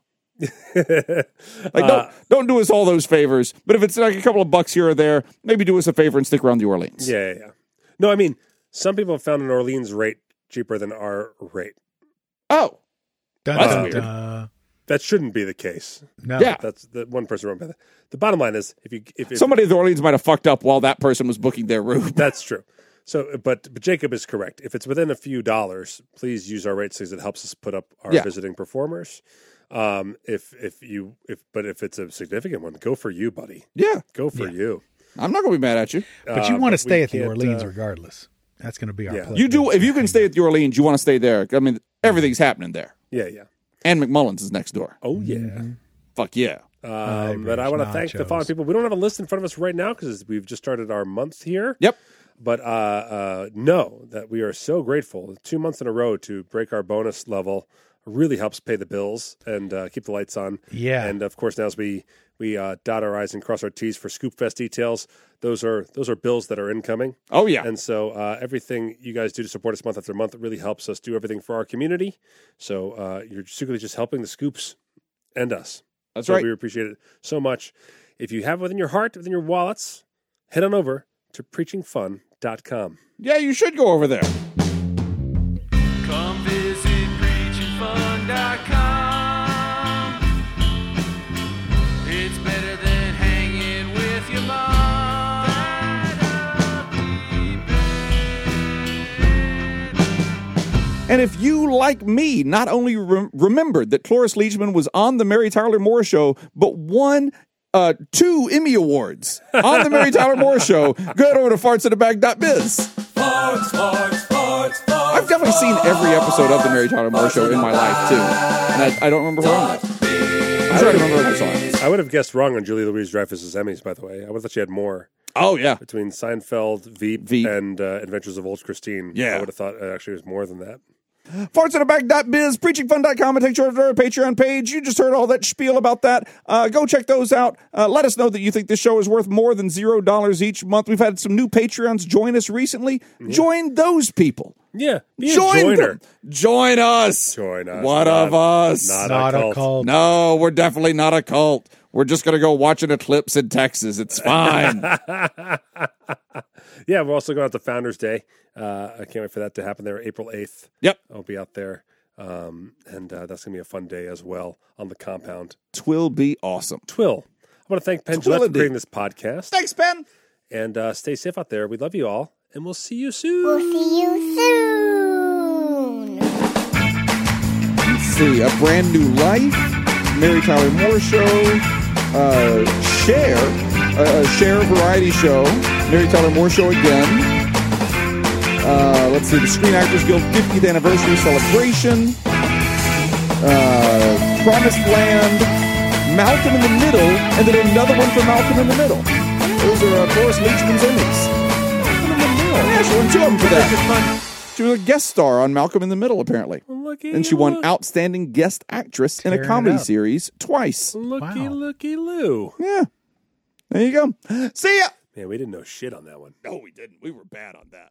like don't Uh, don't do us all those favors but if it's like a couple of bucks here or there maybe do us a favor and stick around the Orleans Yeah, yeah, yeah. No, I mean, some people have found an Orleans rate cheaper than our rate. oh Dun, That's dun, weird. dun. That shouldn't be the case. No. Yeah. that's the one person wrote about that. The bottom line is, if you if, if Somebody in the Orleans might have fucked up while that person was booking their room. that's true. So, but, but Jacob is correct. If it's within a few dollars, please use our rates because it helps us put up our Yeah. visiting performers. Um, if if you if but if it's a significant one, go for you, buddy. Yeah, Go for you. I'm not going to be mad at you. But Uh, you want to but we stay at the can't, Orleans uh, regardless. That's going to be our Yeah. plug. You do if you can stay at the Orleans, you want to stay there. I mean, everything's happening there, Yeah, yeah. and McMullen's is next door. Oh yeah. Mm-hmm. Fuck yeah! Um, but I Irish want to thank the following nachos. people. We don't have a list in front of us right now because we've just started our month here. Yep. But uh, uh, know that we are so grateful. Two months in a row to break our bonus level really helps pay the bills and uh, keep the lights on. Yeah. And of course, now as we we uh, dot our i's and cross our t's for Scoop Fest details, those are those are bills that are incoming. Oh yeah, And so uh, everything you guys do to support us month after month really helps us do everything for our community. So uh, you're secretly just helping the scoops and us. that's So right. We appreciate it so much. If you have it within your heart, within your wallets, head on over to preachingfun.com. Yeah, you should go over there. Come visit reachingfun.com. It's better than hanging with your mom. And if you, like me, not only re- remembered that Cloris Leachman was on the Mary Tyler Moore Show, but won uh, two Emmy Awards on the Mary Tyler Moore Show, go head over to fartsinabag.biz. Farts, farts, farts, farts. I've definitely seen every episode of the Mary Tyler Moore Show in my life too, and I, I don't remember her on it. I'm trying to remember her song. I would have guessed wrong on Julie Louise Dreyfus's Emmys, by the way. I would have thought she had more Oh yeah, between Seinfeld, Veep, Veep. and uh, Adventures of Old Christine. Yeah. I would have thought it actually was more than that. fartsinabag.biz, preachingfun.com, and take charge of our Patreon page. You just heard all that spiel about that. Uh, go check those out. Uh, let us know that you think this show is worth more than zero dollars each month. We've had some new Patreons join us recently. Join those people. Yeah. Be a Join joiner. them. Join us. Join us. One Not- of us. Not, Not a a cult. cult. No, we're definitely not a cult. We're just gonna go watch an eclipse in Texas. It's fine. Yeah, we're also going out to Founders Day. Uh, I can't wait for that to happen there, April 8th. yep. I'll be out there. Um, and uh, that's going to be a fun day as well on the compound. Twill be awesome. Twill. I want to thank Penn Jillette for Twillity. creating this podcast. Thanks, Ben. And uh, stay safe out there. We love you all, and we'll see you soon. See you soon. see, a brand new life, Mary Tyler Moore show, uh, share, uh, share variety show, Mary Tyler Moore show again. Uh, let's see, the Screen Actors Guild 50th anniversary celebration, uh, Promised Land, Malcolm in the Middle, and then another one for Malcolm in the Middle. Those are uh, Boris Leachman's Emmys. Malcolm in the Middle. Yeah, she won two of them for that. She was a guest star on Malcolm in the Middle, apparently. Looky, And she won look- Outstanding Guest Actress in a Tearing it Comedy up. Series twice. Looky, Wow. looky, Lou. Yeah. There you go. See ya. Man, we didn't know shit on that one. No, we didn't. We were bad on that.